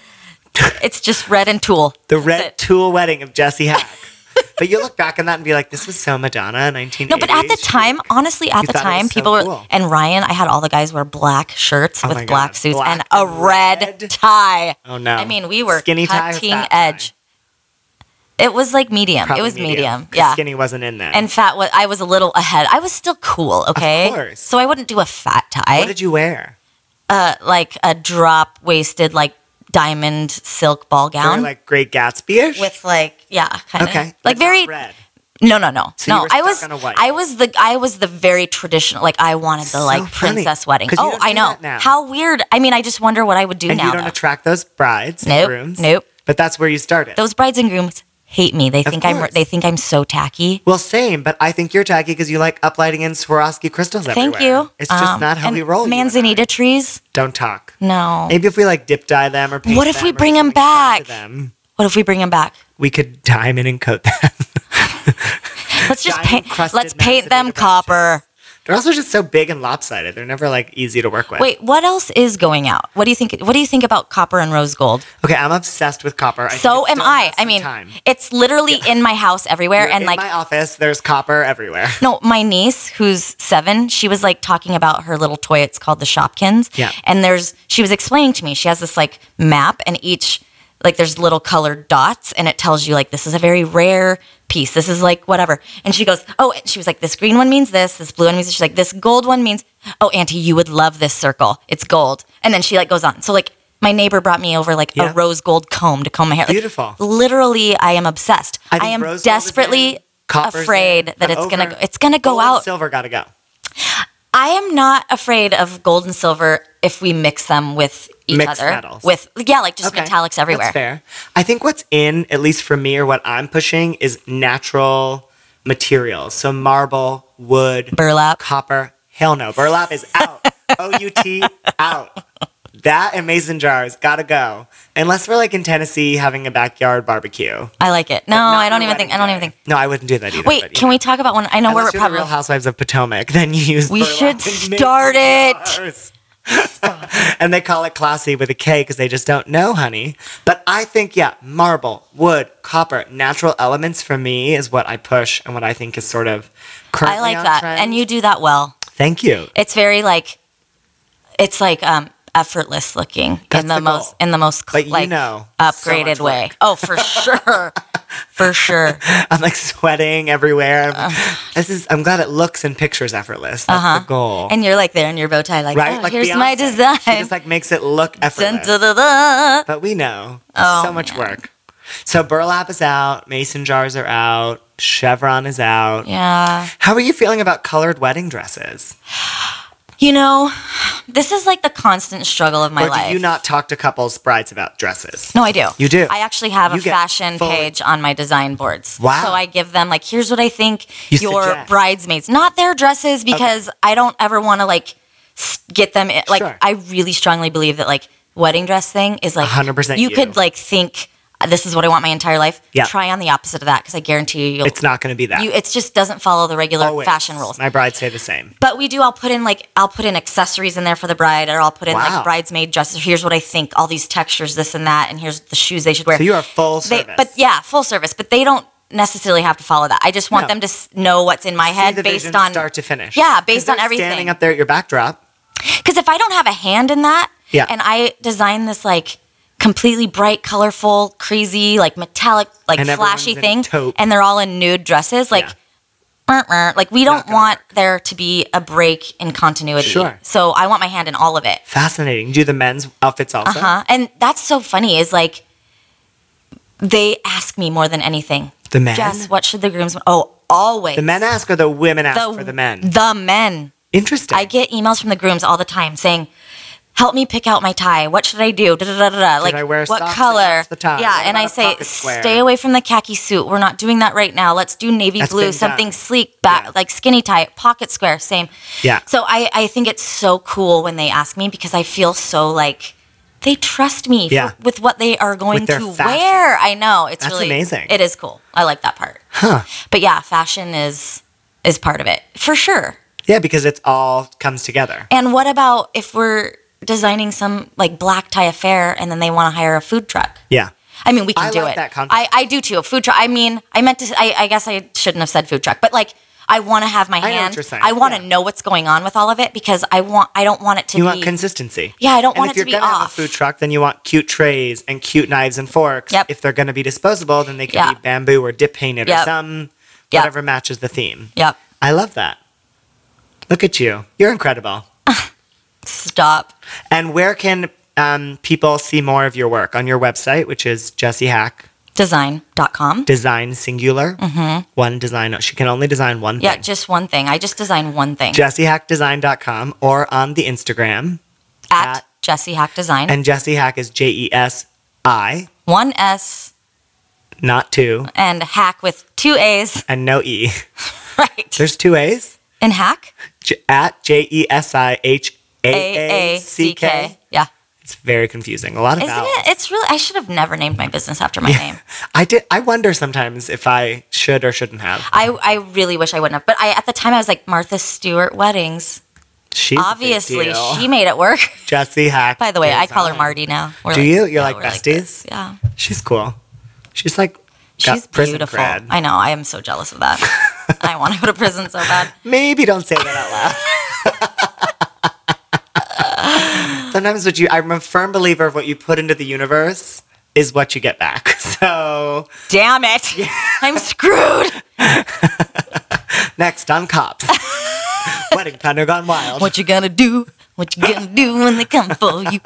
Speaker 3: It's just red and tulle.
Speaker 2: the
Speaker 3: That's
Speaker 2: red
Speaker 3: it.
Speaker 2: tulle wedding of Jesse Hack. but you look back on that and be like, this was so Madonna, 1980s.
Speaker 3: No, but at the time, honestly, at
Speaker 2: You
Speaker 3: the
Speaker 2: thought it was
Speaker 3: time,
Speaker 2: so
Speaker 3: people were
Speaker 2: cool.
Speaker 3: and Ryan. I had all the guys wear black shirts
Speaker 2: Oh my
Speaker 3: with
Speaker 2: God,
Speaker 3: black suits
Speaker 2: black
Speaker 3: and a
Speaker 2: and
Speaker 3: red,
Speaker 2: red.
Speaker 3: tie.
Speaker 2: Oh, no.
Speaker 3: I mean, we were
Speaker 2: Skinny tie or
Speaker 3: cutting
Speaker 2: fat tie?
Speaker 3: edge. It was like medium.
Speaker 2: Probably
Speaker 3: it was medium.
Speaker 2: 'cause
Speaker 3: Yeah.
Speaker 2: skinny wasn't in that.
Speaker 3: And fat was I was a little ahead. I was still cool, okay?
Speaker 2: course.
Speaker 3: So I wouldn't do a fat tie.
Speaker 2: what did you wear?
Speaker 3: uh like a drop waisted like diamond silk ball
Speaker 2: You were
Speaker 3: gown
Speaker 2: like Great Gatsby-ish.
Speaker 3: with like yeah, kind of
Speaker 2: okay,
Speaker 3: like
Speaker 2: but not
Speaker 3: very
Speaker 2: red.
Speaker 3: no, no, no,
Speaker 2: So you
Speaker 3: no.
Speaker 2: were
Speaker 3: I
Speaker 2: stuck
Speaker 3: was,
Speaker 2: on a white.
Speaker 3: I was the, I was the very traditional. Like I wanted the
Speaker 2: So
Speaker 3: like
Speaker 2: funny,
Speaker 3: princess wedding.
Speaker 2: 'cause you
Speaker 3: Oh,
Speaker 2: don't
Speaker 3: I
Speaker 2: do
Speaker 3: know.
Speaker 2: that now.
Speaker 3: How weird. I mean, I just wonder what I would do
Speaker 2: And
Speaker 3: now.
Speaker 2: you don't
Speaker 3: though.
Speaker 2: attract those brides
Speaker 3: Nope,
Speaker 2: and grooms.
Speaker 3: nope.
Speaker 2: But that's where you started.
Speaker 3: Those brides and grooms hate me. They think I'm,
Speaker 2: course.
Speaker 3: they think I'm so tacky.
Speaker 2: well, same, but I think you're tacky because you like uplighting in Swarovski crystals
Speaker 3: Thank
Speaker 2: everywhere.
Speaker 3: you.
Speaker 2: It's just
Speaker 3: Um,
Speaker 2: not how
Speaker 3: and
Speaker 2: we roll. you and I.
Speaker 3: Manzanita trees.
Speaker 2: Don't talk.
Speaker 3: No.
Speaker 2: Maybe if we like dip dye them or paint
Speaker 3: What if
Speaker 2: them
Speaker 3: we
Speaker 2: or
Speaker 3: bring 'em
Speaker 2: something fun to
Speaker 3: back?
Speaker 2: Them,
Speaker 3: What if we bring them back?
Speaker 2: we could diamond and coat them. [LAUGHS]
Speaker 3: Let's just
Speaker 2: Giant
Speaker 3: paint.
Speaker 2: crusted
Speaker 3: Let's paint
Speaker 2: Manzanita
Speaker 3: them
Speaker 2: branches.
Speaker 3: copper.
Speaker 2: They're also just so big and lopsided. They're never like easy to work with.
Speaker 3: Wait, what else is going out? What do you think? What do you think about copper and rose gold?
Speaker 2: Okay, I'm obsessed with copper. I think
Speaker 3: So
Speaker 2: it
Speaker 3: am
Speaker 2: still
Speaker 3: I.
Speaker 2: has
Speaker 3: I
Speaker 2: some
Speaker 3: mean,
Speaker 2: time.
Speaker 3: it's literally in my house everywhere, and
Speaker 2: in
Speaker 3: like
Speaker 2: my office, there's copper everywhere.
Speaker 3: No, my niece, who's seven, she was like talking about her little toy. It's called the Shopkins.
Speaker 2: Yeah.
Speaker 3: And there's, she was explaining to me, she has this like map and each, like there's little colored dots and it tells you like, this is a very rare piece. This is like whatever. And she goes, oh, and she was like, this green one means this, this blue one means this. She's like, this gold one means, oh, Auntie, you would love this circle. It's gold. And then she like goes on. So like, my neighbor brought me over like
Speaker 2: Yeah.
Speaker 3: a rose gold comb to comb my hair. Like,
Speaker 2: Beautiful.
Speaker 3: literally, I am obsessed. I,
Speaker 2: think
Speaker 3: am
Speaker 2: rose gold is
Speaker 3: desperately
Speaker 2: in, copper's in,
Speaker 3: afraid that
Speaker 2: I'm
Speaker 3: it's gonna
Speaker 2: over.
Speaker 3: go- it's gonna go
Speaker 2: Gold and
Speaker 3: out.
Speaker 2: Silver got to go.
Speaker 3: I am not afraid of gold and silver if we mix them with each
Speaker 2: Mixed
Speaker 3: other.
Speaker 2: metals.
Speaker 3: With yeah, like just metallics everywhere.
Speaker 2: That's fair. I think what's in, at least for me or what I'm pushing, is natural materials. So marble, wood,
Speaker 3: Burlap.
Speaker 2: copper. Hell no, burlap is
Speaker 3: [LAUGHS]
Speaker 2: out. O U T out. That and mason jars gotta go. Unless we're like in Tennessee having a backyard barbecue.
Speaker 3: I like it. No,
Speaker 2: Not
Speaker 3: I don't
Speaker 2: your
Speaker 3: even think. I don't even
Speaker 2: wedding
Speaker 3: think.
Speaker 2: day. No, I wouldn't do that either.
Speaker 3: Wait, can we talk about one? I know
Speaker 2: Unless
Speaker 3: we're
Speaker 2: you're the
Speaker 3: probably.
Speaker 2: Real Housewives of Potomac, [LAUGHS] then you use.
Speaker 3: We
Speaker 2: burlap [LAUGHS]
Speaker 3: should
Speaker 2: and mason
Speaker 3: start it.
Speaker 2: jars. [LAUGHS] and they call it classy with a K because they just don't know, honey. But I think, yeah, marble, wood, copper, natural elements for me is what I push and what I think is sort of currently
Speaker 3: I like
Speaker 2: on
Speaker 3: that,
Speaker 2: trend.
Speaker 3: and you do that well.
Speaker 2: Thank you. [LAUGHS]
Speaker 3: It's very like, it's like um effortless looking
Speaker 2: That's
Speaker 3: in the,
Speaker 2: the
Speaker 3: most
Speaker 2: goal.
Speaker 3: in the most
Speaker 2: But you
Speaker 3: like
Speaker 2: know, so
Speaker 3: upgraded
Speaker 2: much
Speaker 3: way.
Speaker 2: work.
Speaker 3: Oh, for
Speaker 2: [LAUGHS]
Speaker 3: sure, for sure.
Speaker 2: I'm like sweating everywhere. I'm- this is. I'm glad it looks in pictures effortless. That's the goal.
Speaker 3: Uh-huh. And you're like there in your bow tie, like,
Speaker 2: right?
Speaker 3: oh, here's my
Speaker 2: Beyonce.
Speaker 3: design.
Speaker 2: She just like makes it look
Speaker 3: Dun,
Speaker 2: effortless.
Speaker 3: dun, dun, dun.
Speaker 2: But we know
Speaker 3: Oh,
Speaker 2: so much
Speaker 3: man.
Speaker 2: work. So burlap is out, mason jars are out, chevron is out.
Speaker 3: Yeah.
Speaker 2: How are you feeling about colored wedding dresses?
Speaker 3: You know, this is like the constant struggle of my
Speaker 2: or
Speaker 3: life.
Speaker 2: do you not talk to couples brides about dresses?
Speaker 3: no, I do.
Speaker 2: You do?
Speaker 3: I actually have
Speaker 2: You
Speaker 3: a
Speaker 2: get
Speaker 3: fashion
Speaker 2: fully-
Speaker 3: page on my design boards.
Speaker 2: Wow.
Speaker 3: So I give them like, here's what I think
Speaker 2: You
Speaker 3: your
Speaker 2: suggest.
Speaker 3: bridesmaids, not their dresses, because I don't ever want to like s- get them. i- Like,
Speaker 2: Sure.
Speaker 3: I really strongly believe that like wedding dress thing is like
Speaker 2: 100%
Speaker 3: You,
Speaker 2: you.
Speaker 3: could like think this is what I want my entire life.
Speaker 2: Yeah.
Speaker 3: Try on the opposite of that because I guarantee you, you'll,
Speaker 2: It's not going to be that.
Speaker 3: you it just doesn't follow the regular
Speaker 2: Always.
Speaker 3: fashion rules.
Speaker 2: My brides say the same.
Speaker 3: But we do. I'll put in like I'll put in accessories in there for the bride, or I'll put in
Speaker 2: Wow.
Speaker 3: like bridesmaid dresses. Here's what I think. All these textures, this and that, and here's the shoes they should wear.
Speaker 2: So you are full
Speaker 3: they,
Speaker 2: service.
Speaker 3: but yeah, full service. But they don't necessarily have to follow that. I just want
Speaker 2: No.
Speaker 3: them to s- know what's in my
Speaker 2: See
Speaker 3: head
Speaker 2: the
Speaker 3: based
Speaker 2: vision
Speaker 3: on
Speaker 2: start to finish.
Speaker 3: Yeah,
Speaker 2: 'Cause
Speaker 3: based on
Speaker 2: they're
Speaker 3: everything.
Speaker 2: Standing up there at your backdrop.
Speaker 3: Because if I don't have a hand in that,
Speaker 2: Yeah.
Speaker 3: and I design this like completely bright, colorful, crazy, like metallic, like
Speaker 2: And everyone's
Speaker 3: flashy
Speaker 2: in
Speaker 3: thing,
Speaker 2: taupe.
Speaker 3: and they're all in nude dresses, like.
Speaker 2: Yeah.
Speaker 3: "Mer, mer," Uh-uh. Like we don't
Speaker 2: gonna
Speaker 3: want
Speaker 2: work.
Speaker 3: there to be a break in continuity.
Speaker 2: Sure.
Speaker 3: So I want my hand in all of it.
Speaker 2: Fascinating. Do the men's outfits also?
Speaker 3: Uh-huh. And that's so funny is like they ask me more than anything.
Speaker 2: The men.
Speaker 3: Jess, what should the groomsmen? Oh, always.
Speaker 2: The men ask or the women ask for the men?
Speaker 3: The men.
Speaker 2: Interesting.
Speaker 3: I get emails from the grooms all the time saying, help me pick out my tie. What should I do? Da, da, da, da, da. Like,
Speaker 4: I wear
Speaker 3: what
Speaker 4: socks
Speaker 3: color?
Speaker 4: and match the tie?
Speaker 3: Yeah,
Speaker 4: What
Speaker 3: and
Speaker 4: about
Speaker 3: I
Speaker 4: a
Speaker 3: say,
Speaker 4: pocket square?
Speaker 3: stay away from the khaki suit. We're not doing that right now. Let's do navy
Speaker 4: That's
Speaker 3: blue,
Speaker 4: been
Speaker 3: something
Speaker 4: done.
Speaker 3: sleek, back
Speaker 4: Yeah.
Speaker 3: like skinny tie, pocket square, same.
Speaker 4: Yeah.
Speaker 3: So I, I think it's so cool when they ask me because I feel so like they trust me for-
Speaker 4: Yeah.
Speaker 3: with what they are going
Speaker 4: With their
Speaker 3: to
Speaker 4: fashion.
Speaker 3: wear. I know it's
Speaker 4: That's
Speaker 3: really
Speaker 4: amazing.
Speaker 3: It is cool. I like that part.
Speaker 4: Huh.
Speaker 3: But yeah, fashion is is part of it for sure.
Speaker 4: Yeah, because it's all comes together.
Speaker 3: And what about if we're designing some like black tie affair and then they want to hire a food truck?
Speaker 4: Yeah.
Speaker 3: I mean, we can
Speaker 4: I
Speaker 3: do
Speaker 4: like
Speaker 3: it.
Speaker 4: that concept.
Speaker 3: I, I do too. A food truck. I mean, I meant to. I, I guess I shouldn't have said food truck, but like, I want to have my
Speaker 4: what
Speaker 3: hand.
Speaker 4: you're saying.
Speaker 3: I want to
Speaker 4: Yeah.
Speaker 3: know what's going on with all of it because I want. I don't want it to
Speaker 4: You
Speaker 3: be.
Speaker 4: want consistency.
Speaker 3: Yeah, I don't
Speaker 4: and
Speaker 3: want
Speaker 4: if
Speaker 3: it to
Speaker 4: you're
Speaker 3: be
Speaker 4: gonna Have a
Speaker 3: off.
Speaker 4: food truck, then you want cute trays and cute knives and forks.
Speaker 3: Yep.
Speaker 4: If they're going to be disposable, then they can
Speaker 3: Yeah.
Speaker 4: be bamboo or dip painted or
Speaker 3: Yep.
Speaker 4: some
Speaker 3: Yep.
Speaker 4: whatever matches the theme.
Speaker 3: yep.
Speaker 4: I love that. Look at you. You're incredible.
Speaker 3: Stop.
Speaker 4: And where can um, people see more of your work on your website, which is Jessie Hack
Speaker 3: Design.com.
Speaker 4: Design Singular. Mm-hmm. One design. She can only design one
Speaker 3: yeah,
Speaker 4: thing.
Speaker 3: just one thing. I just design one thing.
Speaker 4: JessieHackDesign.com or on the Instagram.
Speaker 3: at,
Speaker 4: at-
Speaker 3: Jesse Hack Design.
Speaker 4: And Jessie Hack is J E S I,
Speaker 3: one S
Speaker 4: not two,
Speaker 3: and hack with two A's. [LAUGHS]
Speaker 4: and no E.
Speaker 3: Right.
Speaker 4: There's two A's.
Speaker 3: In hack?
Speaker 4: J- at J E S I H A
Speaker 3: A
Speaker 4: A C K.
Speaker 3: Yeah.
Speaker 4: It's very confusing. A lot of
Speaker 3: Isn't
Speaker 4: vowels.
Speaker 3: it? It's really. I should have never named my business after my name.
Speaker 4: I did. I wonder sometimes if I should or shouldn't have.
Speaker 3: I, I really wish I wouldn't have. But I at the time I was like Martha Stewart weddings.
Speaker 4: She's a big
Speaker 3: Obviously,
Speaker 4: deal.
Speaker 3: she made it work. [LAUGHS]
Speaker 4: Jessie Hack.
Speaker 3: By the way, I call her
Speaker 4: Design.
Speaker 3: Marty now. We're
Speaker 4: Do you? You're like
Speaker 3: we're
Speaker 4: besties?
Speaker 3: this. yeah,
Speaker 4: She's cool. She's like got
Speaker 3: she's
Speaker 4: prison
Speaker 3: beautiful.
Speaker 4: grad.
Speaker 3: I know. I am so jealous of that. I want to go to prison so bad.
Speaker 4: Maybe don't say that out
Speaker 3: [LAUGHS]
Speaker 4: loud. Sometimes what you I'm a firm believer of what you put into the universe is what you get back. [LAUGHS] So
Speaker 3: Damn it!
Speaker 4: [LAUGHS]
Speaker 3: I'm screwed.
Speaker 4: next on
Speaker 3: [LAUGHS]
Speaker 4: cops. Wedding planner gone wild.
Speaker 3: What you gonna do? What you gonna do when they come for you?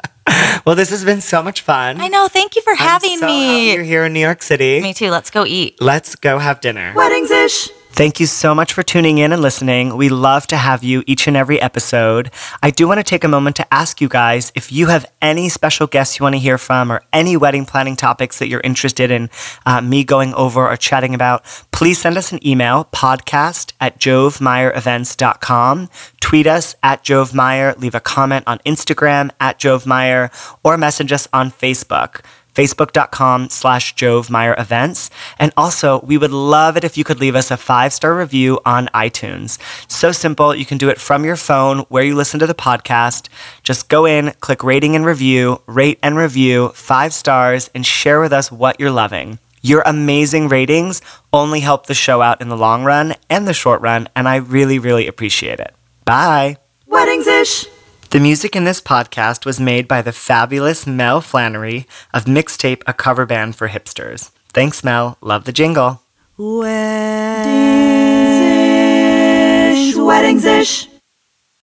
Speaker 4: Well, this has been so much fun.
Speaker 3: I know. Thank you for
Speaker 4: I'm
Speaker 3: having
Speaker 4: so happy
Speaker 3: me.
Speaker 4: You're here in New York City.
Speaker 3: me too. Let's go eat.
Speaker 4: Let's go have dinner.
Speaker 1: Weddings ish.
Speaker 2: Thank you so much for tuning in and listening. We love to have you each and every episode. I do want to take a moment to ask you guys if you have any special guests you want to hear from or any wedding planning topics that you're interested in uh, me going over or chatting about, please send us an email podcast at jovemeyerevents.com. Tweet us at Jove Meyer, leave a comment on Instagram at Jove Meyer, or message us on Facebook facebook.com slash Jove Meyer events. And also, we would love it if you could leave us a five star review on iTunes. So simple. You can do it from your phone where you listen to the podcast. Just go in, click rating and review, rate and review five stars, and share with us what you're loving. Your amazing ratings only help the show out in the long run and the short run, and I really, really appreciate it. Bye.
Speaker 1: Weddings ish.
Speaker 2: The music in this podcast was made by the fabulous Mel Flannery of Mixtape, a cover band for hipsters. Thanks, Mel. Love the jingle.
Speaker 1: Weddings ish. Weddings ish.